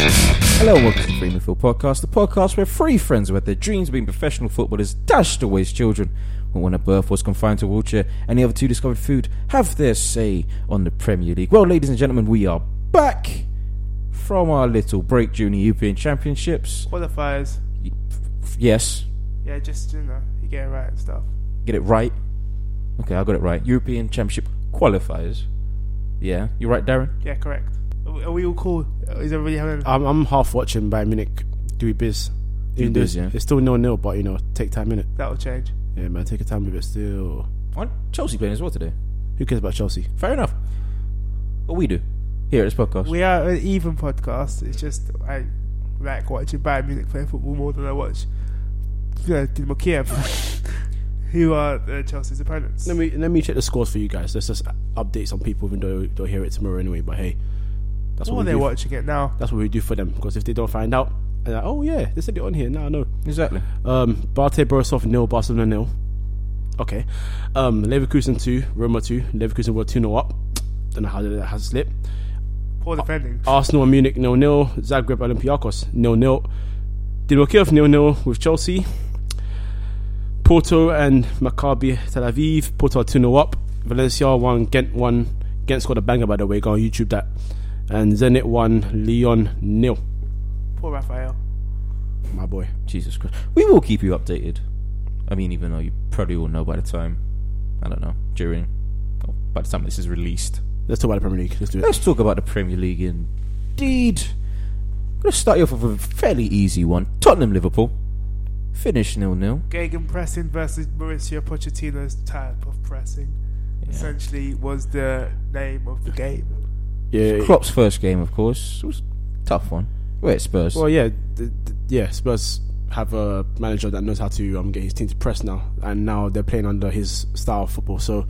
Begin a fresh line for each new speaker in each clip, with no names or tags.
Hello, and welcome to the Free in the Field podcast, the podcast where three friends who had their dreams of being professional footballers dashed away as children. When one at birth was confined to a wheelchair and the other two discovered food, have their say on the Premier League. Well, ladies and gentlemen, we are back from our little break during the European Championships.
qualifiers.
Yes,
Yeah, just you know, you get it right and stuff.
get it right. Okay, I got it right. European Championship qualifiers. Yeah, you right, Darren?
Yeah, correct. Are we, are we all cool? Is everybody having?
I'm, I'm half watching Bayern Munich do biz. Even though
biz,
it's-
yeah.
It's still nil nil, but you know, take time in it.
That'll change.
Yeah, man, take your time with it. Still,
Aren't Chelsea playing as well today?
who cares about Chelsea?
Fair enough. But we do here at this podcast.
We are an even podcast. It's just I like watching Bayern Munich play football more than I watch you know, Dinamo Kiev, who are uh, Chelsea's opponents.
Let me let me check the scores for you guys. Let's just update some people, even though they'll hear it tomorrow anyway. But hey, that's
Or
what we
they're
do.
watching it now.
That's what we do for them. Because if they don't find out, they're like, oh yeah, they said it on here. No, no.
Exactly.
Um, Barte Borisov nil, Barcelona nil. Okay. Um, Leverkusen two, Roma two. Leverkusen were two 0 up. Don't know how that has slipped. Uh,
Poor defending.
Arsenal and Munich 0 0. Zagreb Olympiacos 0 0. Dinamo Kiev 0 0 with Chelsea. Porto and Maccabi Tel Aviv. Porto are 2 0 up. Valencia 1, Ghent 1. Ghent scored a banger, by the way. Go on YouTube that. And Zenit 1, Leon 0.
Poor Raphael.
My boy.
Jesus Christ. We will keep you updated. I mean, even though you probably will know by the time, I don't know, during, or by the time this is released.
Let's talk about the Premier League. Let's do it.
Let's talk about the Premier League indeed. I'm going to start you off with a fairly easy one Tottenham Liverpool. Finished nil nil.
Gagan pressing versus Mauricio Pochettino's type of pressing. Essentially, was the name of the game.
Yeah.
Klopp's first game, of course. It was a tough one. We're at Spurs.
Well, yeah. th- th- yeah, Spurs have a manager that knows how to um, get his team to press now. And now they're playing under his style of football. So.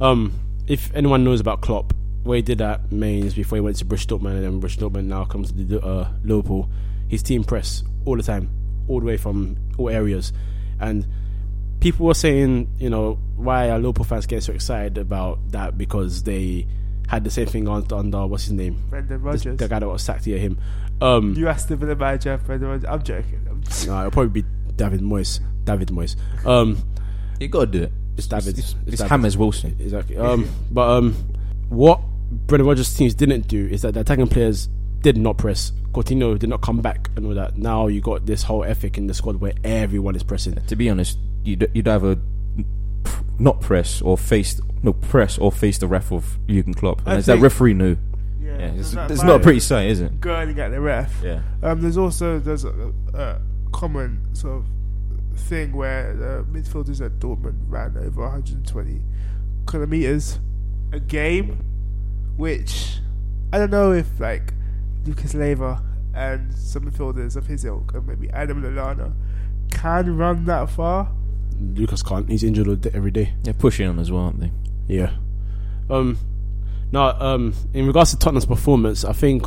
Um, if anyone knows about Klopp, where he did at Mainz before he went to British Dortmund, and then British Dortmund now comes to the, uh, Liverpool, his team press all the time, all the way from all areas, and people were saying, you know, why are Liverpool fans getting so excited about that because they had the same thing on under what's his name,
Brendan
This-
Rodgers.
the guy that was sacked here, him. Um,
You asked the Villa manager, Brendan Rodgers. I'm joking. I'm just-
no, it'll probably be David Moyes, David Moyes. Um,
you got to do it.
it's David.
It's, it's
David.
Hammers Wilson.
Exactly. Um, but um, what Brendan Rodgers' teams didn't do is that the attacking players did not press. Coutinho did not come back and all that. Now you got this whole ethic in the squad where everyone is pressing.
To be honest, you'd, you'd either not press or face no press or face the ref of Jurgen Klopp.
I
And it's that
think-
referee knew. Yeah, it's, it's not a pretty sight, is it?
Gurning at the ref.
Yeah.
Um, there's also there's a, a common sort of thing where the midfielders at Dortmund ran over 120 kilometers a game, which I don't know if like Lucas Leiva and some midfielders of his ilk, and maybe Adam Lallana, can run that far.
Lucas can't. He's injured all day- every day.
They're pushing on as well, aren't they?
Yeah. Um. Now, um, in regards to Tottenham's performance, I think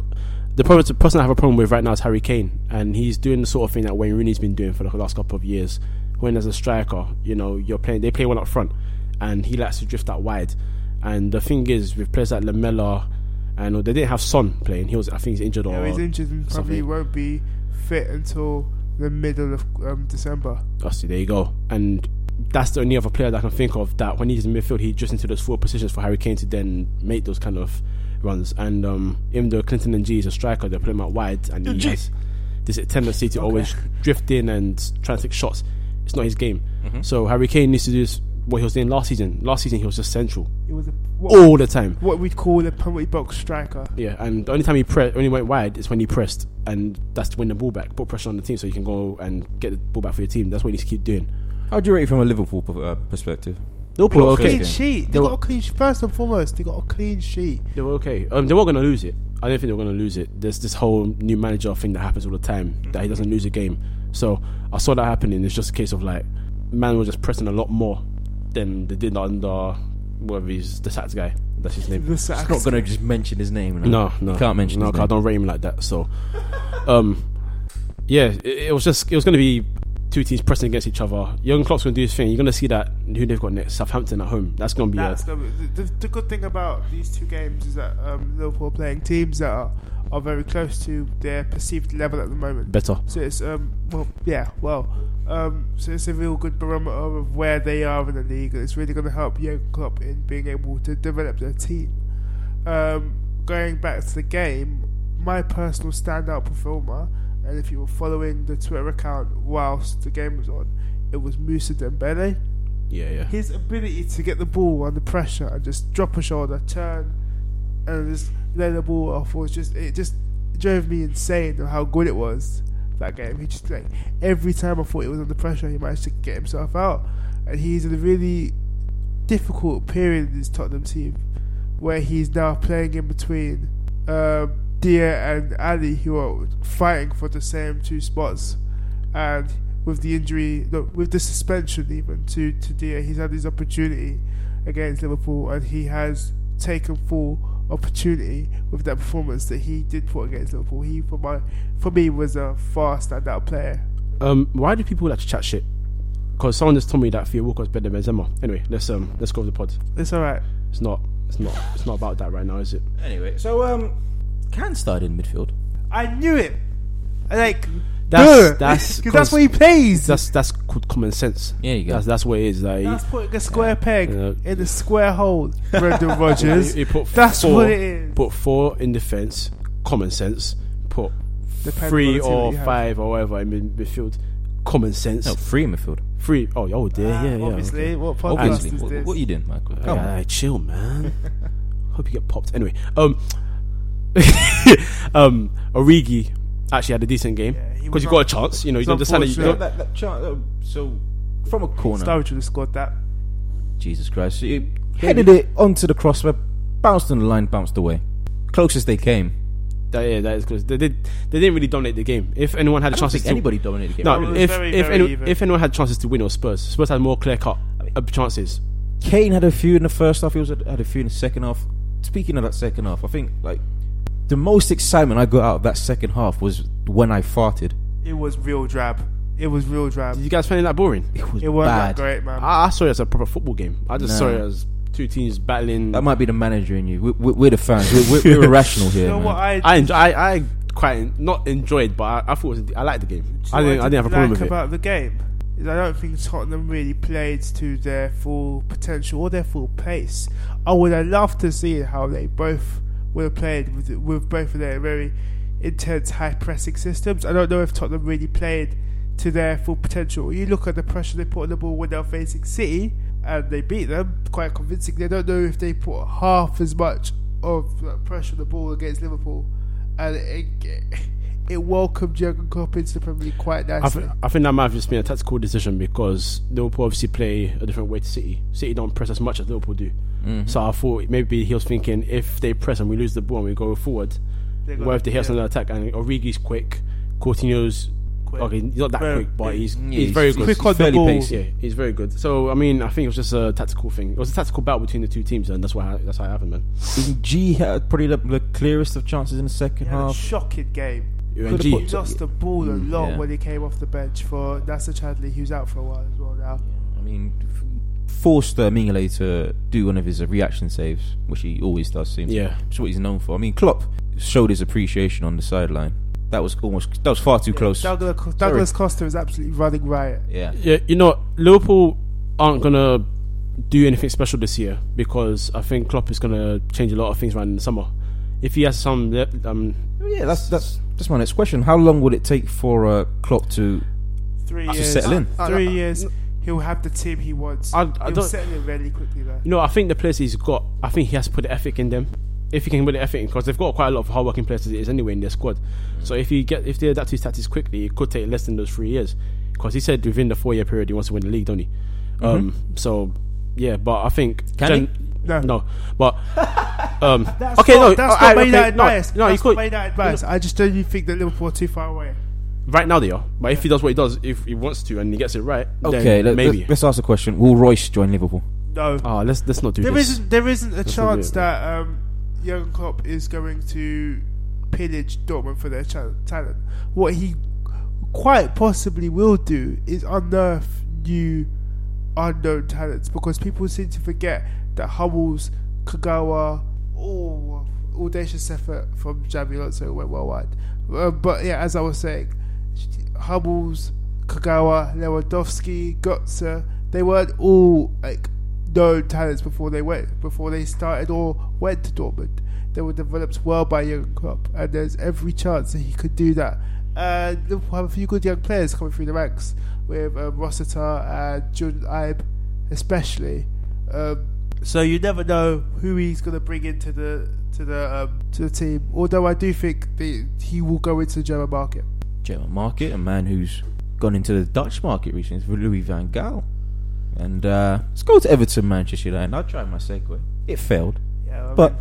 the, problem, the person I have a problem with right now is Harry Kane, and he's doing the sort of thing that Wayne Rooney's been doing for the last couple of years. When as a striker, you know, you're playing, they play well up front, and he likes to drift out wide. And the thing is, with players like Lamella, and they didn't have Son playing. He was, I think, he's injured or
You know, he's injured and probably
something.
won't be fit until the middle of um, December.
Oh, see, there you go. And that's the only other player that I can think of that when he's in midfield, he drifts into those forward positions for Harry Kane to then make those kind of runs. And um, even though Clinton and G is a striker, they put him out wide, and he
G.
has this tendency to always drift in and try and take shots. It's not his game. So Harry Kane needs to do this, what he was doing last season. Last season, he was just central
It was a what,
all the time.
what we'd call a penalty box striker.
Yeah, and the only time he pre- only went wide is when he pressed, and that's to win the ball back, put pressure on the team so you can go and get the ball back for your team. That's what he needs to keep doing.
How do you rate it from a Liverpool per- uh, perspective?
Liverpool,
got
are
a
okay.
Clean sheet. They
They
got
were-
a clean. sh- First and foremost, they got a clean sheet.
They were okay. Um, they were going to lose it. I don't think they were going to lose it. There's this whole new manager thing that happens all the time that he doesn't lose a game. So I saw that happening. It's just a case of like, man was just pressing a lot more than they did under whatever he's the Sats guy. That's his name.
The sacks.
It's not going to just mention his name.
No, no,
Can't mention
No,
his
'cause I
name.
don't rate him like that. So, um, yeah, it, it was just it was going to be two teams pressing against each other. Young Klopp's going to do his thing. You're going to see that who they've got next, Southampton at home. That's going to be a
That's the, the, the good thing about these two games is that um, Liverpool are playing teams that are are very close to their perceived level at the moment.
Better.
So it's um well yeah well um so it's a real good barometer of where they are in the league. It's really going to help Jurgen Klopp in being able to develop their team. Um, going back to the game, my personal standout performer, and if you were following the Twitter account whilst the game was on, it was Musa Dembele.
Yeah, yeah.
His ability to get the ball under pressure and just drop a shoulder, turn, and just lay the ball off was just it just drove me insane of how good it was that game. He just like every time I thought he was under pressure, he managed to get himself out, and he's in a really difficult period in his Tottenham team where he's now playing in between uh, Dia and Ali, who are fighting for the same two spots, and with the injury, no, with the suspension even to to Dia, he's had his opportunity against Liverpool, and he has taken full opportunity with that performance that he did put against Liverpool. He for my for me was a far standout player.
Um, why do people like to chat shit? Because someone just told me that Theo Walker's better than Benzema. Anyway, let's um, let's go with the pod.
It's all right.
It's not, it's not, it's not about that right now, is it?
Anyway, so um, can start in midfield.
I knew it. Like
That's
duh.
that's
'Cause that's what he plays. That's,
that's that's called common sense.
Yeah, you go.
That's that's what it is. Like,
putting a square peg
Yeah.
in a square hole, Brendan Rodgers.
he, he put
That's
four,
what it is.
Put four in defense. Common sense. Put
Depending on
three
the team
or
that you have.
five or whatever in mid- midfield. Common sense.
No, free in midfield.
Three. Oh, oh dear.
Ah,
yeah, yeah.
obviously,
okay.
what podcast
Obviously,
is
what,
this?
what are you doing, Michael? Come
Yeah,
on.
like, chill, man. Hope you get popped. Anyway, um, um, Origi actually had a decent game
Yeah, he
because
was
you got a
not-
chance. You know, you
it's
don't understand. that You
So
unfortunate.
that,
don't,
that chance, uh, so from a corner,
Sturridge would have scored that.
Jesus Christ, he headed it onto the crossbar, bounced on the line, bounced away. Closest they came.
that, yeah, that is close. They did. They didn't really dominate the game. If anyone had
I don't
chances,
think
to,
anybody dominated the game.
No,
It was
if
very,
if,
very
any,
even.
if anyone had chances to win, or Spurs. Spurs had more clear cut uh, chances.
Kane had a few in the first half. He also had a few in the second half. Speaking of that second half, I think like the most excitement I got out of that second half was when I farted.
It was real drab. It was real drab.
Did you guys find it that boring?
It was
It wasn't
bad.
that great, man.
I, I saw it as a proper football game. I just
No.
saw it as two teams battling.
That might be the manager in you. We, we, we're the fans. We're, we're, we're irrational here.
you know
man.
what I,
I, enjoy, I I quite en- not enjoyed, but I, I thought it was, I liked the game.
do
I
you know
didn't,
what
I didn't have a problem
like
with it.
about the game is I don't think Tottenham really played to their full potential or their full pace. I would have loved to see how they both would have played with with both of their very intense high pressing systems. I don't know if Tottenham really played to their full potential. You look at the pressure they put on the ball when they're facing City and they beat them quite convincingly. I don't know if they put half as much of that pressure on the ball against Liverpool and it, it welcomed Jurgen Klopp into the Premier League quite
I,
nicely.
th- I think that might have just been a tactical decision because Liverpool obviously play a different way to City. City don't press as much as Liverpool do.
Mm-hmm.
So I thought maybe he was thinking if they press and we lose the ball and we go forward,
They got-
what if they hit us
yeah.
on the attack? And Origi's quick, Coutinho's
Quick.
okay, he's not that
Very-
quick, but he's
Yeah,
he's, very good.
he's
Quick on the
fairly
ball.
pacey.
Yeah, he's very good. So I mean, I think it was just a tactical thing. It was a tactical battle between the two teams, and that's why that's how it happened, man.
G had probably the, the clearest of chances in the second
He had a
half.
shocking game.
Could've
UNG.
put-
Lost the ball a
Mm,
lot
yeah.
when he came off the bench for Nasser Chadley, who's out for a while as well now.
I mean, f- forced uh, Mingale to do one of his uh, reaction saves, which he always does. Seems
Yeah.
it's what he's known for. I mean, Klopp showed his appreciation on the sideline. That was almost that was far too close.
Douglas, Douglas Costa is absolutely running riot.
yeah,
Yeah, you know, Liverpool aren't gonna do anything special this year because I think Klopp is gonna change a lot of things around in the summer. If he has some, le- um,
yeah. That's that's that's my next question. How long would it take for uh, Klopp to?
Three
Just
years.
settle in.
Three
I- I-
years. He'll have the team he wants.
I- I
He'll
don't-
settle in really quickly there.
you know, I think the players he's got, I think he has to put the effort in them. If he can put the effort in, because they've got quite a lot of hardworking players as it is anyway in their squad. So if you get if they adapt to his tactics quickly, it could take less than those three years. Because he said within the four year period he wants to win the league, don't he? Um, so yeah, but I think
Can
No.
no, but um,
That's
okay,
not,
no,
that's
I-
not made
okay,
out
no,
advice.
no, you
that's
could-
not made out advice. I just don't even think that Liverpool are too far away.
Right now they are, but if he does what he does, if he wants to and he gets it right,
Okay,
okay,
let,
maybe.
us ask the question. Will Royce join Liverpool?
No.
Ah, let's let's not do
There
this.
isn't there isn't a
what
chance
it-
that um, Jurgen Klopp is going to pillage Dortmund for their cha- talent. What he quite possibly will do is unearth new unknown talents because people seem to forget that Hummels, Kagawa, all audacious effort from Javi Alonso went well wide. Uh, but yeah, as I was saying, Hubbles, Kagawa, Lewandowski, Götze, they weren't all like known talents before they went before they started or went to Dortmund. They were developed well by Jurgen Klopp, and there's every chance that he could do that. And Liverpool have a few good young players coming through the ranks with um, Rossiter and Jordan Ibe, especially. Um, so you never know who he's going to bring into the to the um, to the team. Although I do think that he will go into the German market.
German market, a man who's gone into the Dutch market recently is Louis van Gaal. And uh, let's go to Everton, Manchester United. I tried my segue. It failed.
Yeah, I mean,
But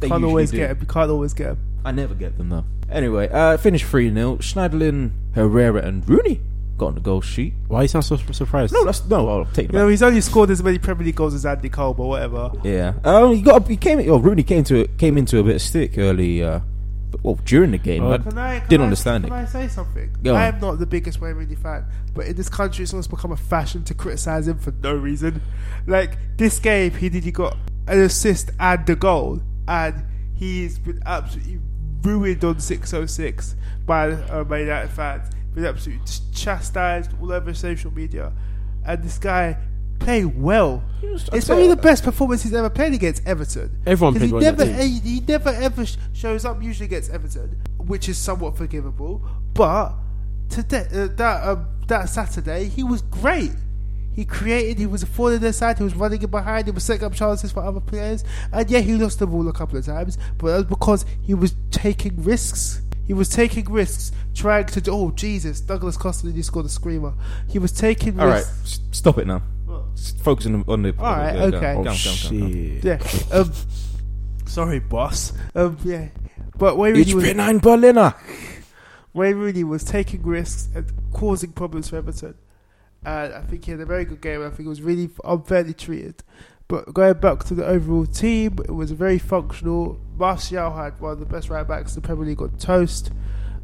they
you can't always
usually do.
get him. You can't always get him.
I never get them though. Anyway, uh, finished 3 0. Schneiderlin, Herrera, and Rooney got on the goal sheet.
Why you sound so sur- surprised?
No, that's no. I'll take
You
them.
know,
back.
he's only scored as many Premier League goals as Andy Cole, but whatever.
Yeah. Um, he got. He came. Oh, Rooney came to came into a bit of stick early. Uh, but, well, during the game.
Oh.
I-
Can I, can
Didn't
I-
understand
Can
it.
I say something?
Go
I
on.
am not the biggest Wayne Rooney fan, but in this country, it's almost become a fashion to criticize him for no reason. Like this game, he nearly got an assist and the goal, and he's been absolutely ruined on 606 by uh, Man United fans. Been absolutely just chastised all over social media, and this guy played well.
was- I
It's probably
tell-
the best performance he's ever played against Everton.
Everyone
Because
played
he
well in
never,
that team.
he, he never ever sh- shows up usually against Everton, which is somewhat forgivable. But today, uh, that um, that Saturday, he was great. He created. He was forwarding their side. He was running it behind. He was setting up chances for other players. And yeah, he lost the ball a couple of times, but that was because he was taking risks. He was taking risks, trying to. do- Oh Jesus! Douglas Costa nearly scored a screamer. He was taking
all right,
risks.
s- stop it now.
What?
S- Focus on the. On the
All right,
go, go,
okay.
go, go, go,
Oh,
go, go.
Shit.
Yeah. Um, sorry, boss. Um, yeah. But Wayne
Ich
Rooney, was,
bin ein Berliner.
Wayne Rooney was taking risks and causing problems for Everton. And I think he had a very good game. I think he was really unfairly treated. But going back to the overall team, it was very functional. Martial had one of the best right backs the Premier League got toast.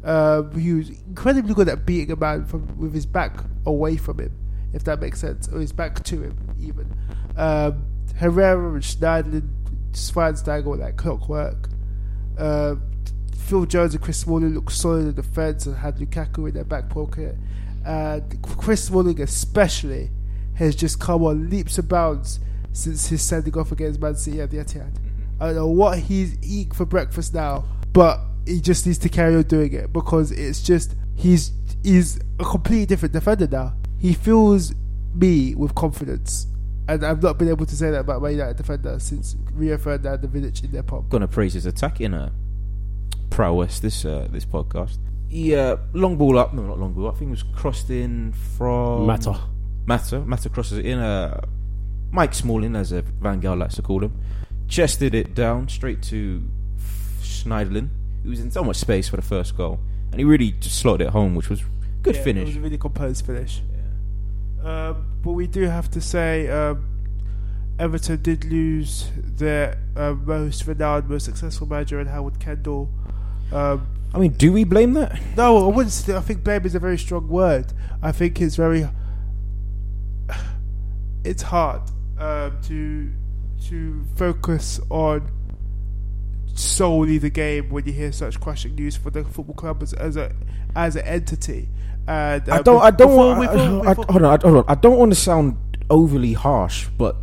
Um, he was incredibly good at beating a man from with his back away from him, if that makes sense, or his back to him even. Um, Herrera and Schneiderlin, Schweinsteiger were like clockwork. Um, Phil Jones and Chris Smalling looked solid in defence and had Lukaku in their back pocket. And Chris Smalling especially has just come on leaps and bounds since his sending off against Man City at the Etihad. I don't know what he's eating for breakfast now, but he just needs to carry on doing it because it's just he's he's a completely different defender now. He fills me with confidence, and I've not been able to say that about my United defender since Rio Ferdinand and Vidic in their pop.
gonna praise his attacking uh, prowess this uh, this podcast. Yeah, long ball up. No, not long ball. Up. I think it was crossed in from
Matter.
Matter. Matter crosses it in. Uh, Mike Smalling, as uh, Van Gaal likes to call him, chested it down straight to Schneiderlin, who was in so much space for the first goal, and he really just slotted it home, which was good
Yeah, It
finish.
was a really composed finish.
Yeah.
Um, but we do have to say um, Everton did lose their uh, most renowned, most successful manager in Howard Kendall. Um,
I mean, do we blame that?
no, I wouldn't. Say, I think blame is a very strong word. I think it's very. It's hard um, to to focus on solely the game when you hear such crushing news for the football club as, as a as an entity. And,
I
um,
don't. I don't
before-
want. I-
before-
I,
before-
hold on. I, hold on. I don't want to sound overly harsh, but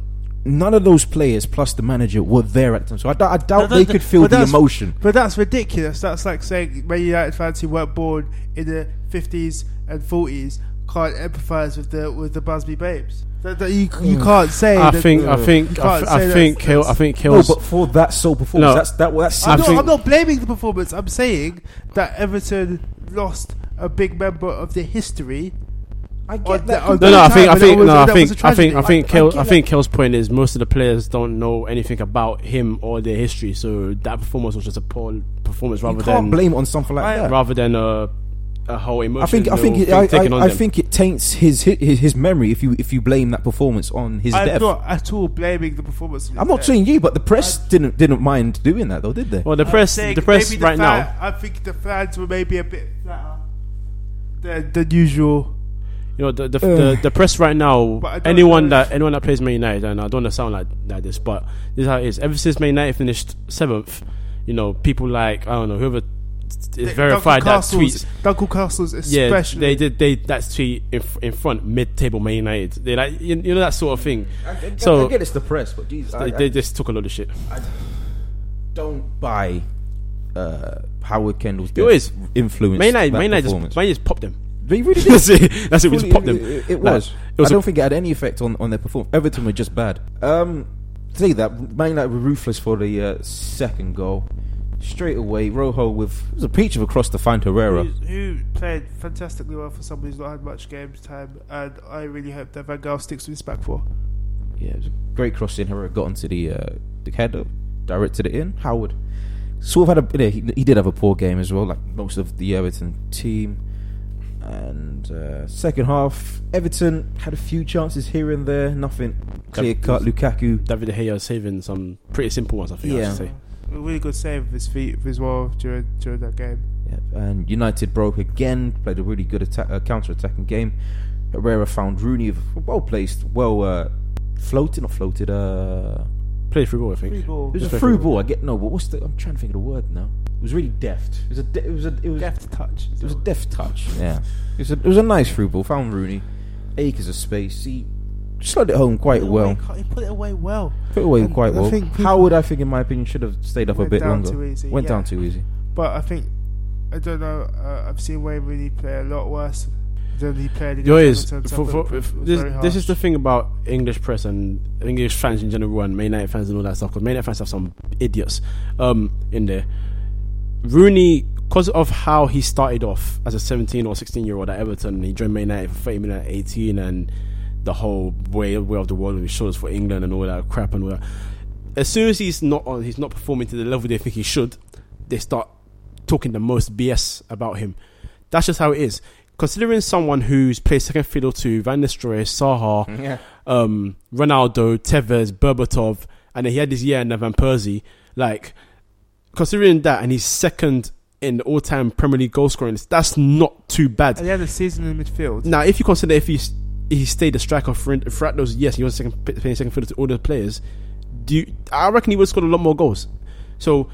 none of those players, plus the manager, were there at the time. So I, d- I doubt
No,
they
that-
could feel
but
the
that's-
emotion.
But that's ridiculous. That's like saying Man United fans who weren't born in the fifties and forties can't empathise with the with the Busby babes. That, that you you can't say.
Mm. I
that-
think. I
You
think.
can't
I, th-
say
I
that's-
think. Hill. I
that's-
think
No,
Hill's.
but for that sole performance,
No.
that's that. That's
I
I'm,
think-
not, I'm not blaming the performance. I'm saying that Everton lost a big member of their history.
I get that.
on the- on
completely.
no, no, I think, I
That
think,
was-
no, I
that was a
think, I think, I
tragedy.
think,
I- I
Kel,
get
I
that.
think Kel's point is most of the players don't know anything about him or their history, so that performance was just a poor performance rather
you can't
than
blame it on something like
I-
that.
rather than a, a whole emotion.
I think. I think. It, I,
taken on
I, I
them.
think it taints his, his his memory if you if you blame that performance on his
I'm
death.
not at all blaming the performance. of
I'm not
their-
saying you, but the press didn't didn't mind doing that though, did they?
Well, the
I'm
press,
saying
the press
maybe
right
the
now.
fan- I think the fans were maybe a bit flatter than, than usual.
You know, the the, the, the press right now.
But I don't
Anyone
know if-
that anyone that plays Man United, and I don't want to sound like, like this, but this is how it is. Ever since Man United finished seventh, you know, people like I don't know whoever is verified that tweets.
Duncan Castles,
Yeah,
especially.
they did. They that tweet in, in front mid-table Man United. They like you, you know that sort of thing.
I,
So-
I get it's depressed, but Jesus, I,
They, they just took a lot of shit.
I don't buy uh, Howard Kendall's
Yo, it's-
influence.
Man United,
that
Man United
performance.
just, Man United just popped them.
They really did.
that's it. That's it. We
Fully-
just popped them.
It, it- it
Like,
was.
it was
I
a-
don't think it had any effect on, on their performance. Everton were just bad. Um, to say that Man United were ruthless for the uh, second goal. Straight away, Rojo with it was a peach of a cross to find Herrera.
who, who played fantastically well for somebody who's not had much game time, and I really hope that Van Gaal sticks with his back four.
Yeah, it was a great cross in. Herrera got into the uh, the header, directed it in. Howard sort of had a yeah, he, he did have a poor game as well, like most of the Everton team. And uh, second half, Everton had a few chances here and there, nothing clear cut. Lukaku
David De Gea saving some pretty simple ones. I think. I
Yeah.
should say.
A really good save with his feet as well during during that game.
Yeah, and United broke again, played a really good atta- uh, counter-attacking game. Herrera found Rooney well placed, well uh, floated, not floated. Uh,
Played through ball. I think.
Three
it
ball.
was a
Just
through
very-
ball. I get no, but what's the? I'm trying to think of the word now. It was really deft. It was a. De- it was a. It was.
Deft touch.
It was a deft touch. Yeah. It was a. It was a nice through ball. Found Rooney. Acres of space. He slid it home quite well.
He put it away well.
Put it away
And
quite
I
well.
think people-
Howard, I think, in my opinion, should have stayed up a
Went
bit
down
longer.
too easy,
Went
yeah.
down too easy.
But I think I don't know. Uh, I've seen Wayne really play a lot worse than he played against
Yo, is
Everton, so
for,
I
for,
thought it was
this,
very
this is the
harsh.
thing about English press and English fans in general and Man United fans and all that stuff. Because Man United fans have some idiots um, in there. Rooney, because of how he started off as a 17 or 16 year old at Everton, he joined Man United for 30 minutes at 18, and the whole way way of the world on his shoulders for England and all that crap and all that. As soon as he's not on, he's not performing to the level they think he should. They start talking the most BS about him. That's just how it is. Considering someone who's played second fiddle to Van Nistelrooy, Saha,
Yeah.
um, Ronaldo, Tevez, Berbatov, and then he had this year in Van Persie. Like, considering that, and he's second in the all-time Premier League goal scoring, that's not too bad.
And he had a season in midfield.
Now, if you consider if he s- he stayed a striker for throughout those years, he was second playing second fiddle to all the players. Do you, I reckon he would have scored a lot more goals. So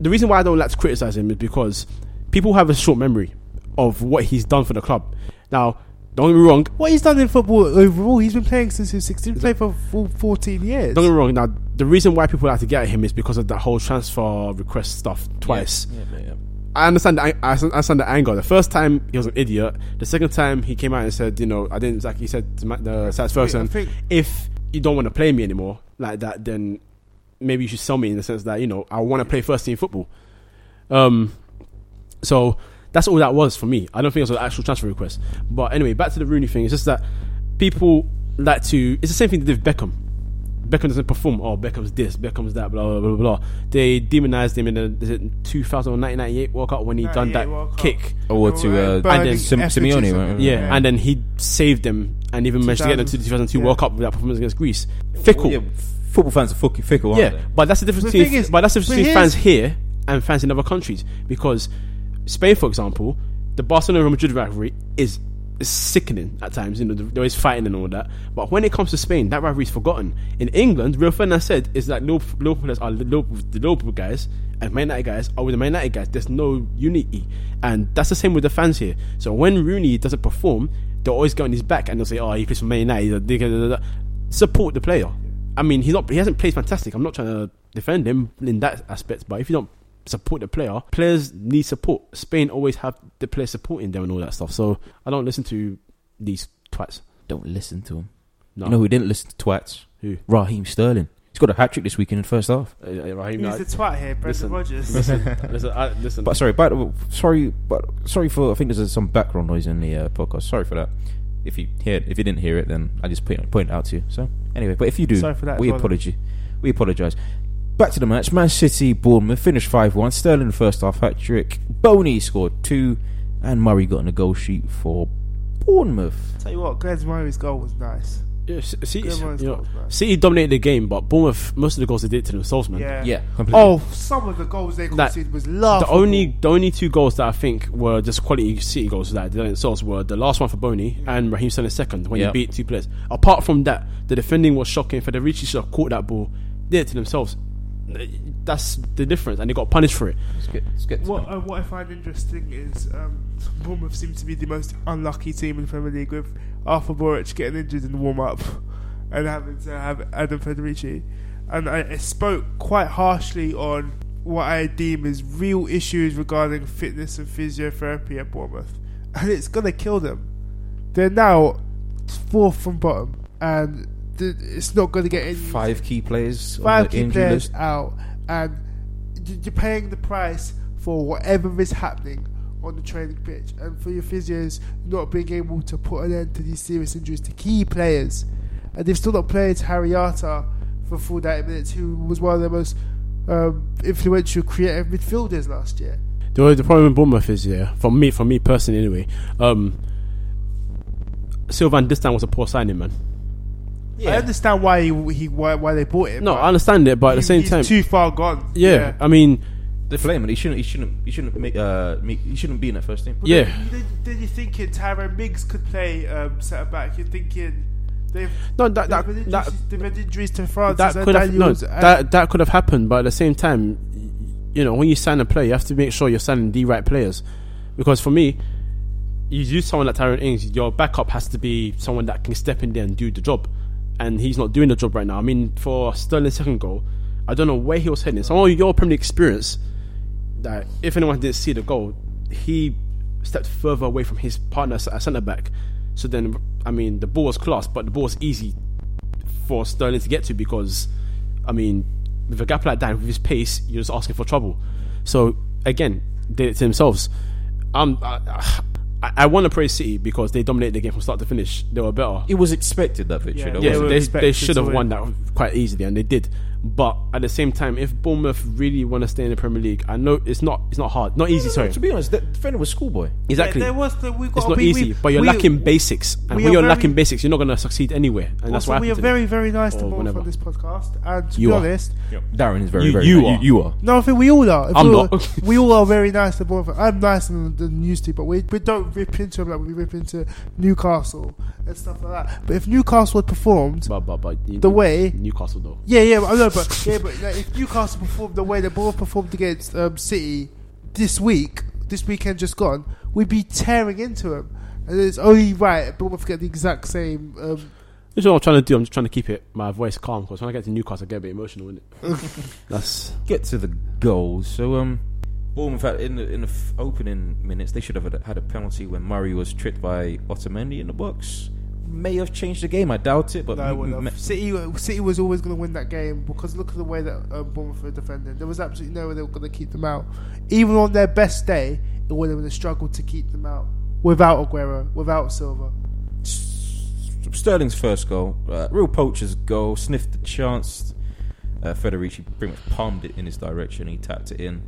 the reason why I don't like to criticize him is because people have a short memory of what he's done for the club. Now, don't get me wrong.
What he's done in football overall, he's been playing since he was 16. He's played for full 14 years.
Don't get me wrong. Now, the reason why people like to get at him is because of that whole transfer request stuff twice.
Yeah, yeah, yeah.
I understand. The, ang- I s- I understand the anger. The first time he was an idiot. The second time he came out and said, you know, I didn't like. He said to Ma- the Sats
I
Ferguson,
think
if you don't want to play me anymore like that, then maybe you should sell me in the sense that you know I want to play first team football. Um, so that's all that was for me. I don't think it was an actual transfer request. But anyway, back to the Rooney thing. It's just that people like to. It's the same thing they did with Beckham. Beckham doesn't perform. Oh, Beckham's this, Beckham's that, blah blah blah blah. blah. They demonized him in the is it 2009, 98 World Cup when he
98
done that
World Cup.
kick.
Or to uh,
Burning
and then
Sim-
effigies
Simeone,
of
right?
him.
Yeah, and then he saved them and even managed to get them to the 2002
2000,
World Cup with that performance against Greece. Fickle.
Yeah, football fans are fucking fickle, aren't
Yeah,
they?
but that's the difference
The
between
thing is,
but that's the difference
but
between fans here and fans in other countries because Spain, for example, the Barcelona Real Madrid rivalry is, is sickening at times. You know, there there is fighting and all that. But when it comes to Spain, that rivalry is forgotten. In England, Real Ferdinand said is that Liverpool Liverpool players are the Liverpool, the Liverpool guys and Man United guys are with the Man United guys. There's no unity, and that's the same with the fans here. So when Rooney doesn't perform, they're always going his back and they'll say, "Oh, he plays for Man United." he's a dickhead, da, da, da." Support the player. I mean, he's not. He hasn't played fantastic. I'm not trying to defend him in that aspect, but if you don't support the player, players need support. Spain always have the player supporting them and all that stuff. So I don't listen to these twats.
Don't listen to him.
No,
You know who didn't listen to twats?
Who?
Raheem Sterling. He's got a hat trick this weekend in the first half.
Uh, uh, Raheem,
He's
I-
the twat here,
Listen.
Brendan Rodgers.
listen, listen, I, listen.
But sorry, by the way, sorry, but sorry for I think there's some background noise in the uh, podcast. Sorry for that. If you hear, if you didn't hear it, then I just point, point it out to you. So anyway, but if you do,
Sorry for that as
we
well.
apology, we apologise. Back to the match. Man City, Bournemouth finished five one. Sterling first half hat trick. Boney scored two, and Murray got on the goal sheet for Bournemouth.
Tell you what, Glenn Murray's goal was nice.
Yeah, C- City,
Glenn Murray's
you
goal
know,
was nice.
City dominated the game, but Bournemouth most of the goals they did to themselves, man.
Yeah.
Yeah, completely.
Oh, some of the goals they
That-
conceded was laughable.
The only the only two goals that I think were just quality City goals that they did themselves were the last one for Boney and Raheem Sterling's second when
Yeah.
he beat two players. Apart from that, the defending was shocking. Federici should have caught that ball. Did it to themselves. That's the difference, and they got punished for it.
It's good. It's good.
What uh, what I find interesting is um, Bournemouth seems to be the most unlucky team in the Premier League with Arthur Boric getting injured in the warm up and having to have Adam Federici. And I, I spoke quite harshly on what I deem is real issues regarding fitness and physiotherapy at Bournemouth, and it's gonna kill them. They're now fourth from bottom, and th- it's not gonna get any
Five key players on
five
the
key
injury
players
list.
out, and y- you're paying the price for whatever is happening on the training pitch, and for your physios not being able to put an end to these serious injuries to key players, and they've still not played Harriata for full 90 minutes, who was one of the most um, influential creative midfielders last year.
The, only- the problem with Bournemouth is, yeah, for me, for me personally, anyway, um, Sylvan Distan was a poor signing, man.
I understand why he, he why, why they bought him.
No,
but
I understand it, but at the
he-
same
he's
time,
too far gone.
yeah, uh, I mean,
They flame him. He shouldn't. He shouldn't. He shouldn't make. Uh, make, he shouldn't be in that first team.
Yeah.
Then, then you're thinking Tyrone Miggs could play um, centre back. You're thinking they've
no, that
they've
that
had
that,
injuries- they've had injuries to France.
that
and
could have no,
Daniels uh, and-
that that could have happened, but at the same time, y- you know, when you sign a player, you have to make sure you're signing the right players, because for me, you use someone like Tyrone Ings, your backup has to be someone that can step in there and do the job, and he's not doing the job right now. I mean, for Sterling's second goal, I don't know where he was heading. Someone with your Premier League experience, that if anyone didn't see the goal, he stepped further away from his partner at centre back. So then, I mean, the ball was class, but the ball was easy for Sterling to get to because, I mean, with a gap like that, with his pace, you're just asking for trouble. So again, did it to themselves. Um, I, I, I want to praise City because they dominated the game from start to finish. They were better.
It was expected that victory.
Yeah,
though,
yeah,
wasn't
were
it?
they,
expected
they should
to
have
win.
won that quite easily, and they did. But at the same time, if Bournemouth really want to stay in the Premier League, I know it's not it's not hard, not easy. Sorry,
To be honest, that defender was schoolboy.
exactly.
There was the, we got
it's not
we,
easy,
we,
but you're
we-
lacking basics, and
we
when
are
you're
very-
lacking basics, you're not going to succeed anywhere, and that's
Also,
what
we are
happened. to them.
very very nice to
Or
both
whenever.
on this podcast, and to
You
be
are.
honest,
Darren is very,
You-
very.
you
bad.
are.
You, you are.
no, I think we all are. If
I'm
we,
not.
All, we all are very nice to both. I'm nicer than, than used to, but we we don't rip into them like we rip into Newcastle and stuff like that. But if Newcastle had performed
But, but, but you-
the way
Newcastle though.
Yeah, yeah, I know, but yeah, but like, if Newcastle performed the way they both performed against um, City this week, this weekend just gone, we'd be tearing into them, and it's only right Bournemouth get the exact same. Um,
This is what I'm trying to do. I'm just trying to keep it my voice calm because when I get to Newcastle, I get a bit emotional, is it? That's
Get to the goals. So um, Bournemouth had- in the in the f- opening minutes they should have had- had a penalty when Murray was tripped by Otamendi in the box. May have changed the game. I doubt it, but
no, I
m-
wouldn't
m-
have. Mm-hmm. City, uh, City was always going to win that game because look at the way that um, Bournemouth were defending. There was absolutely no way they were going to keep them out, even on their best day. It would have been a struggle to keep them out without Aguero, without Silva.
Sterling's first goal, uh, real poacher's goal, sniffed the chance. Uh, Federici pretty much palmed it in his direction. He tapped it in.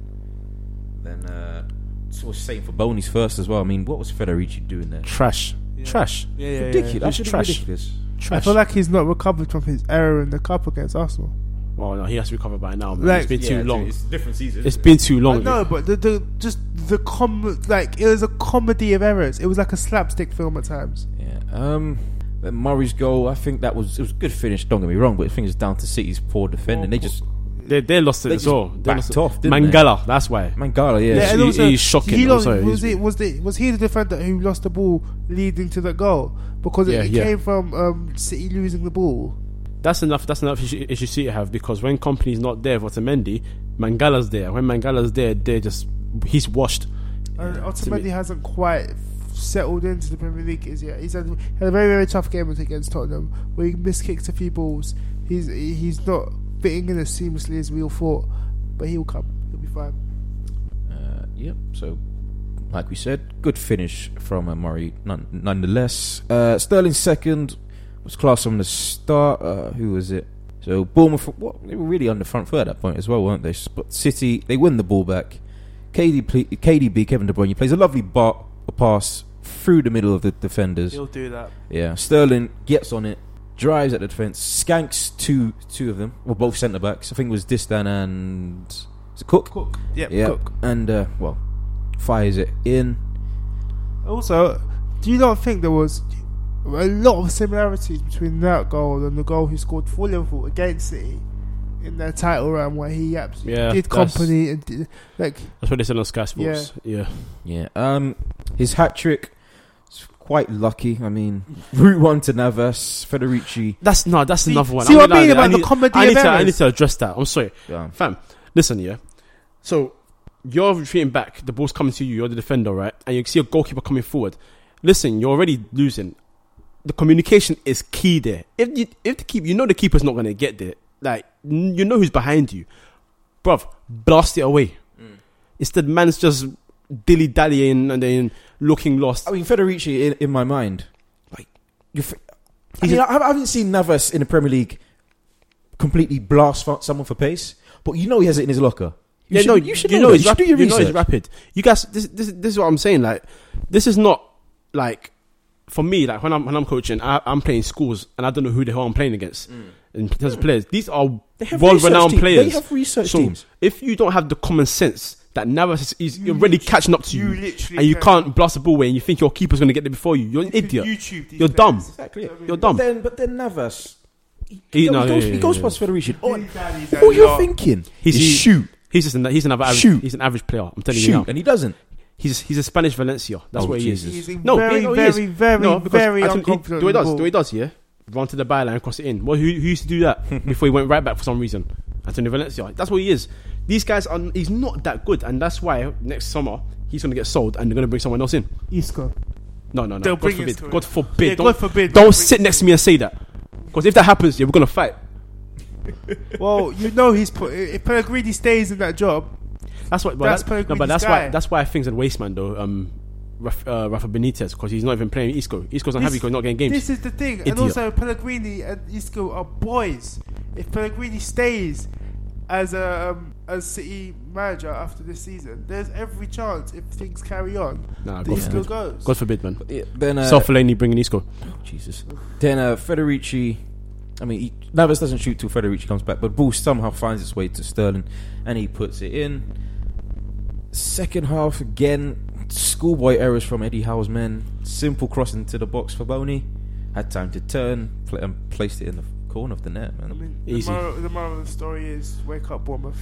Then uh, sort of same for Boney's first as well. I mean, what was Federici doing there?
trash, trash,
Yeah, yeah,
ridiculous.
yeah.
Absolutely
Trash.
ridiculous.
I
trash.
feel like he's not recovered from his error in the cup against Arsenal.
well, no, he has to recover by now. Man.
Like-
it's been too long.
It's different season.
it's been too
I
long.
know, but the, the just the com like it was a comedy of errors. It was like a slapstick film at times.
Yeah. Um. but Murray's goal, I think that was it was a good finish. Don't get me wrong, but I think it's down to City's poor defending. They just
They, they lost it
They
as
just
well. They
backed
lost it.
off, didn't they?
Mangala, that's why.
Mangala, yeah.
Yeah,
yeah
and- he- he's shocking
He lost,
also.
was
He's-
it was the was he the defender who lost the ball leading to the goal because
Yeah,
it, it
yeah.
came from um, City losing the ball.
That's enough. That's enough issue, issue City have because when company's not there for Otamendi, Mangala's there. When Mangala's there, they're just he's washed.
And
me-
ultimately hasn't quite settled into the Premier League as yet. He's had, had a very very tough game against Tottenham where he miskicked a few balls. He's he's not fitting in as seamlessly as we all thought, but he'll come. He'll be fine.
uh, yep. So, like we said, good finish from uh, Murray, none, nonetheless. Uh, Sterling's second was class from the start. Uh, who was it? So Bournemouth, what, they were really on the front foot at that point as well, weren't they? But City, they win the ball back. KD, ple- KDB, Kevin De Bruyne plays a lovely bar- a pass through the middle of the defenders.
do that.
Yeah, Sterling gets on it, drives at the defense, skanks two two of them, well both centre backs. I think it was Distan and is it Cook.
Cook. Yep,
yeah,
Cook.
and uh, well, fires it in.
Also, do you not think there was a lot of similarities between that goal and the goal he scored for Liverpool against City in their title round where he absolutely
Yeah,
did
that's-
company and did, like
That's what they said on Sky Sports. Yeah,
Yeah. Um, his hat trick is quite lucky. I mean, route one to Navas, Federici.
that's no, that's
See-
another one.
see
I'm
what I
gonna
mean
lie,
about the
need-
comedy
I need,
of
to, I
errors?
need to address that. I'm sorry,
Yeah.
fam. Listen, yeah. So you're retreating back. The ball's coming to you. You're the defender, right? And you see a goalkeeper coming forward. Listen, you're already losing. The communication is key there. If you, if the keep, you know the keeper's not going to get there. Like n- you know who's behind you, bruv. Blast it away. Instead, man's just dilly dallying and then looking lost.
I mean, Federici in, in my mind, like you. f I
He's
mean, I I haven't seen Navas in the Premier League completely blast fo- someone for pace, but you know he has it in his locker. You
yeah,
should,
no,
you should know,
know
that.
it's
You should do
rapid.
your
You know it's
research.
rapid. You guys, this, this this is what I'm saying. Like, this is not like for me. Like when I'm when I'm coaching, I, I'm playing schools, and I don't know who the hell I'm playing against
Mm.
in terms of players. These are
They have
world
research
renowned
team-
players.
They have research
so
teams.
if you don't have the common sense that Navas is
You
already
lit-
catching up to
you
you,
literally
and you
can-
can't blast the ball away, and you think your keeper's going to get there before you, you're an idiot.
YouTube these
You're
players.
dumb.
Exactly. it.
You're dumb.
But then, but then Navas, he,
He-
he
no,
goes,
yeah, yeah,
he
yeah,
goes
yeah.
past Federici. Oh,
Dilly dallies
all
a
you're
lot.
thinking
He's-
is
he-
shoot,
He's just an, he's another average.
Shoot.
He's an average player. I'm telling you now.
shoot, and he doesn't.
He's he's a Spanish Valencia. That's
Oh,
what he is.
Jesus.
He's in
No,
very,
he- no, he is.
very, very,
No, because
very
I think he-
unconfident.
The way he
on
does,
the
the way he does, yeah. Run to the byline, cross it in. Well, who, who used to do that before he went right back for some reason? Antonio Valencia. That's what he is. These guys are. He's not that good, and that's why next summer he's going to get sold, and they're going to bring someone else in.
ball. Isco.
No, no, no.
They'll
God
bring
forbid.
Isco in.
God forbid.
Yeah,
don't,
God forbid.
Don't
They'll
sit
bring-
next to me and say that, because if that happens, yeah, we're going to fight.
Well, you know he's put. If Pellegrini stays in that job,
That's what. Well,
That's
that's
Pellegrini's
no, but that's
guy.
why. That's why I think's a waste man though. Um, Raf, uh, Rafa Benitez because he's not even playing Isco. Isco's unhappy
This-
because he's not getting games.
this is the thing.
Idiot.
And also, Pellegrini and Isco are boys. If Pellegrini stays as a um, as City manager after this season, there's every chance if things carry on,
nah,
that
God
Isco
forbid.
goes.
God forbid, man.
Then uh,
Saw Fellaini bringing Isco.
Oh,
Jesus. Then uh, Federici, I mean, he, Navas doesn't shoot till Federici comes back, but ball somehow finds its way to Sterling, and he puts it in. Second half again, schoolboy errors from Eddie Howe's men. Simple cross into the box for Boney. Had time to turn pl- and placed it in the corner of the net,
I
man.
mean,
Easy.
The, moral, the moral of the story is wake up, Bournemouth.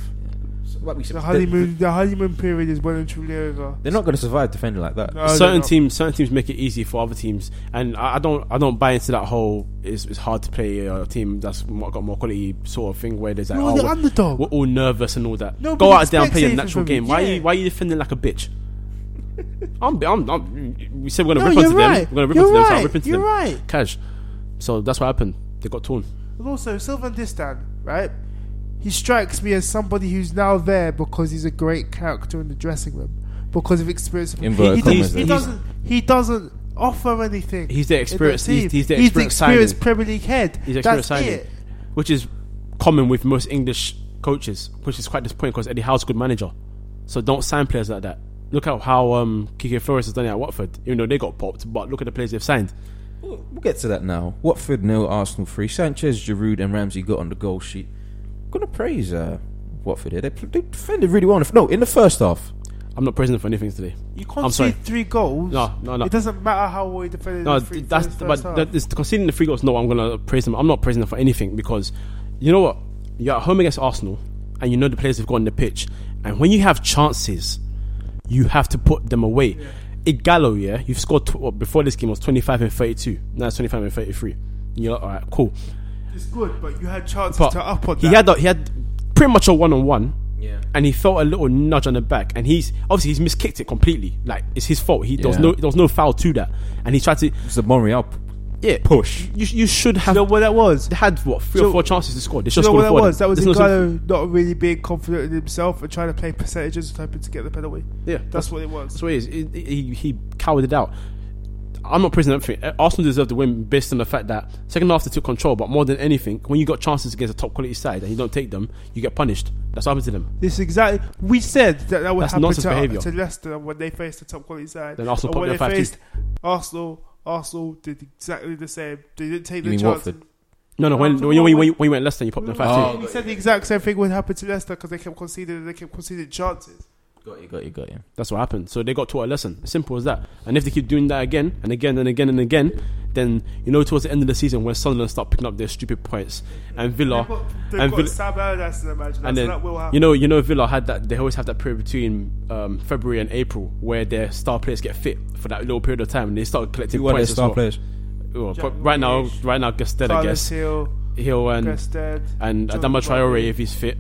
So, like we said,
The
they're,
honeymoon, the honeymoon period is well and truly over.
they're not going to survive defending like that.
No, they're
certain
not.
teams, certain teams make it easy for other teams, and I, I don't, I don't buy into that whole. It's, it's hard to play a team that's mo- got more quality sort of thing where there's like,
You're
oh,
the
we're,
underdog.
we're all nervous and all that.
Nobody
Go out there and
expects
play your
anything
natural
from you,
game. Why, are
yeah.
you, why are you defending like a bitch? I'm, I'm, I'm, we said we're gonna
No,
rip
you're
onto
right.
them. We're gonna rip
You're
onto them. So
right.
I rip into
You're
them.
right.
Cash. So that's what happened. They got torn.
But also, Sylvan Distan, right? He strikes me as somebody who's now there because he's a great character in the dressing room, because of experience. He,
Inverted
he, does-
commas,
he
then.
doesn't. He doesn't offer anything.
He's the
in
experience-
team.
he's- he's the experience
experienced
signing.
Premier League head.
He's experienced
That's
signing,
it.
which is common with most English coaches, which is quite disappointing because Eddie Howe's a good manager. So don't sign players like that. Look at how um, Kike Flores has done it at Watford, even though they got popped. But look at the players they've signed.
We'll we'll get to that now. Watford nil, Arsenal three. Sanchez, Giroud, and Ramsey got on the goal sheet. gonna praise uh, Watford here. They, pl- they defended really well. in the- No, in the first half,
I'm not praising them for anything today.
You can't
I'm
see
sorry.
three goals.
No, no, no.
It doesn't matter how well he defended.
No,
the three
that's
first
but
half.
that is conceding the free goals. No, I'm gonna praise them. I'm not praising them for anything because you know what? You're at home against Arsenal, and you know the players have got on the pitch, and when you have chances, you have to put them away. Igalo, yeah, you've scored tw- what, before this game was 25 and 32. Now it's 25 and 33. You're like, all right, cool.
it's good, but you had chances
But
to up on
he
that.
had a, he had pretty much a one on one.
Yeah.
And he felt a little nudge on the back, and he's obviously he's miskicked it completely. Like it's his fault. He there was
Yeah.
no there was no foul to that, and he tried to
it's the Monreal p-
yeah
push.
you, you should have
you know what that was?
they had what three
So-
or four chances to score. They
You
should
know
score
what that was? That was
There's no
Igalo not really being confident in himself and trying to play percentages and hoping to get the penalty.
Yeah,
That's what it was.
that's what it is. It- it- he, he cowered it out. I'm not praising everything. Arsenal deserved the win based on the fact that second half they took control, but more than anything, when you got chances against a top quality side and you don't take them, you get punished. That's what happened to them.
This exactly. We said that that would
That's
happen
nonsense
to,
behaviour.
to Leicester when they faced the top quality side.
Then Arsenal
And when
put them
they
5-2.
faced Arsenal, Arsenal did exactly the same. They didn't take
You
the
mean
chance.
Watford?
No,
No, no. When
I'm
when,
talking
you- when,
about
you- when you went Leicester, and you popped them
We-
five two.
we said the exact same thing would happen to Leicester because they kept conceding and they kept conceding chances.
Got you, got you, got you.
That's what happened. So they got taught a lesson. Simple as that. And if they keep doing that again and again and again and again, then you know towards the end of the season when Sunderland start picking up their stupid points and Villa
They've got, they've
and
got
Villa-
Sam Allardyce in the match, now,
and
so
then
that will happen.
you know you know Villa had that they always have that period between um, February and April where their star players get fit for that little period of time and they start collecting
Who are their
points as
star
well.
players?
Well,
Jack
right now,
Grealish,
right now, Gastel, I
Carlos
guess
Hill,
Hill and
Grested,
and
John
Adama Traore
Rodri.
if he's fit.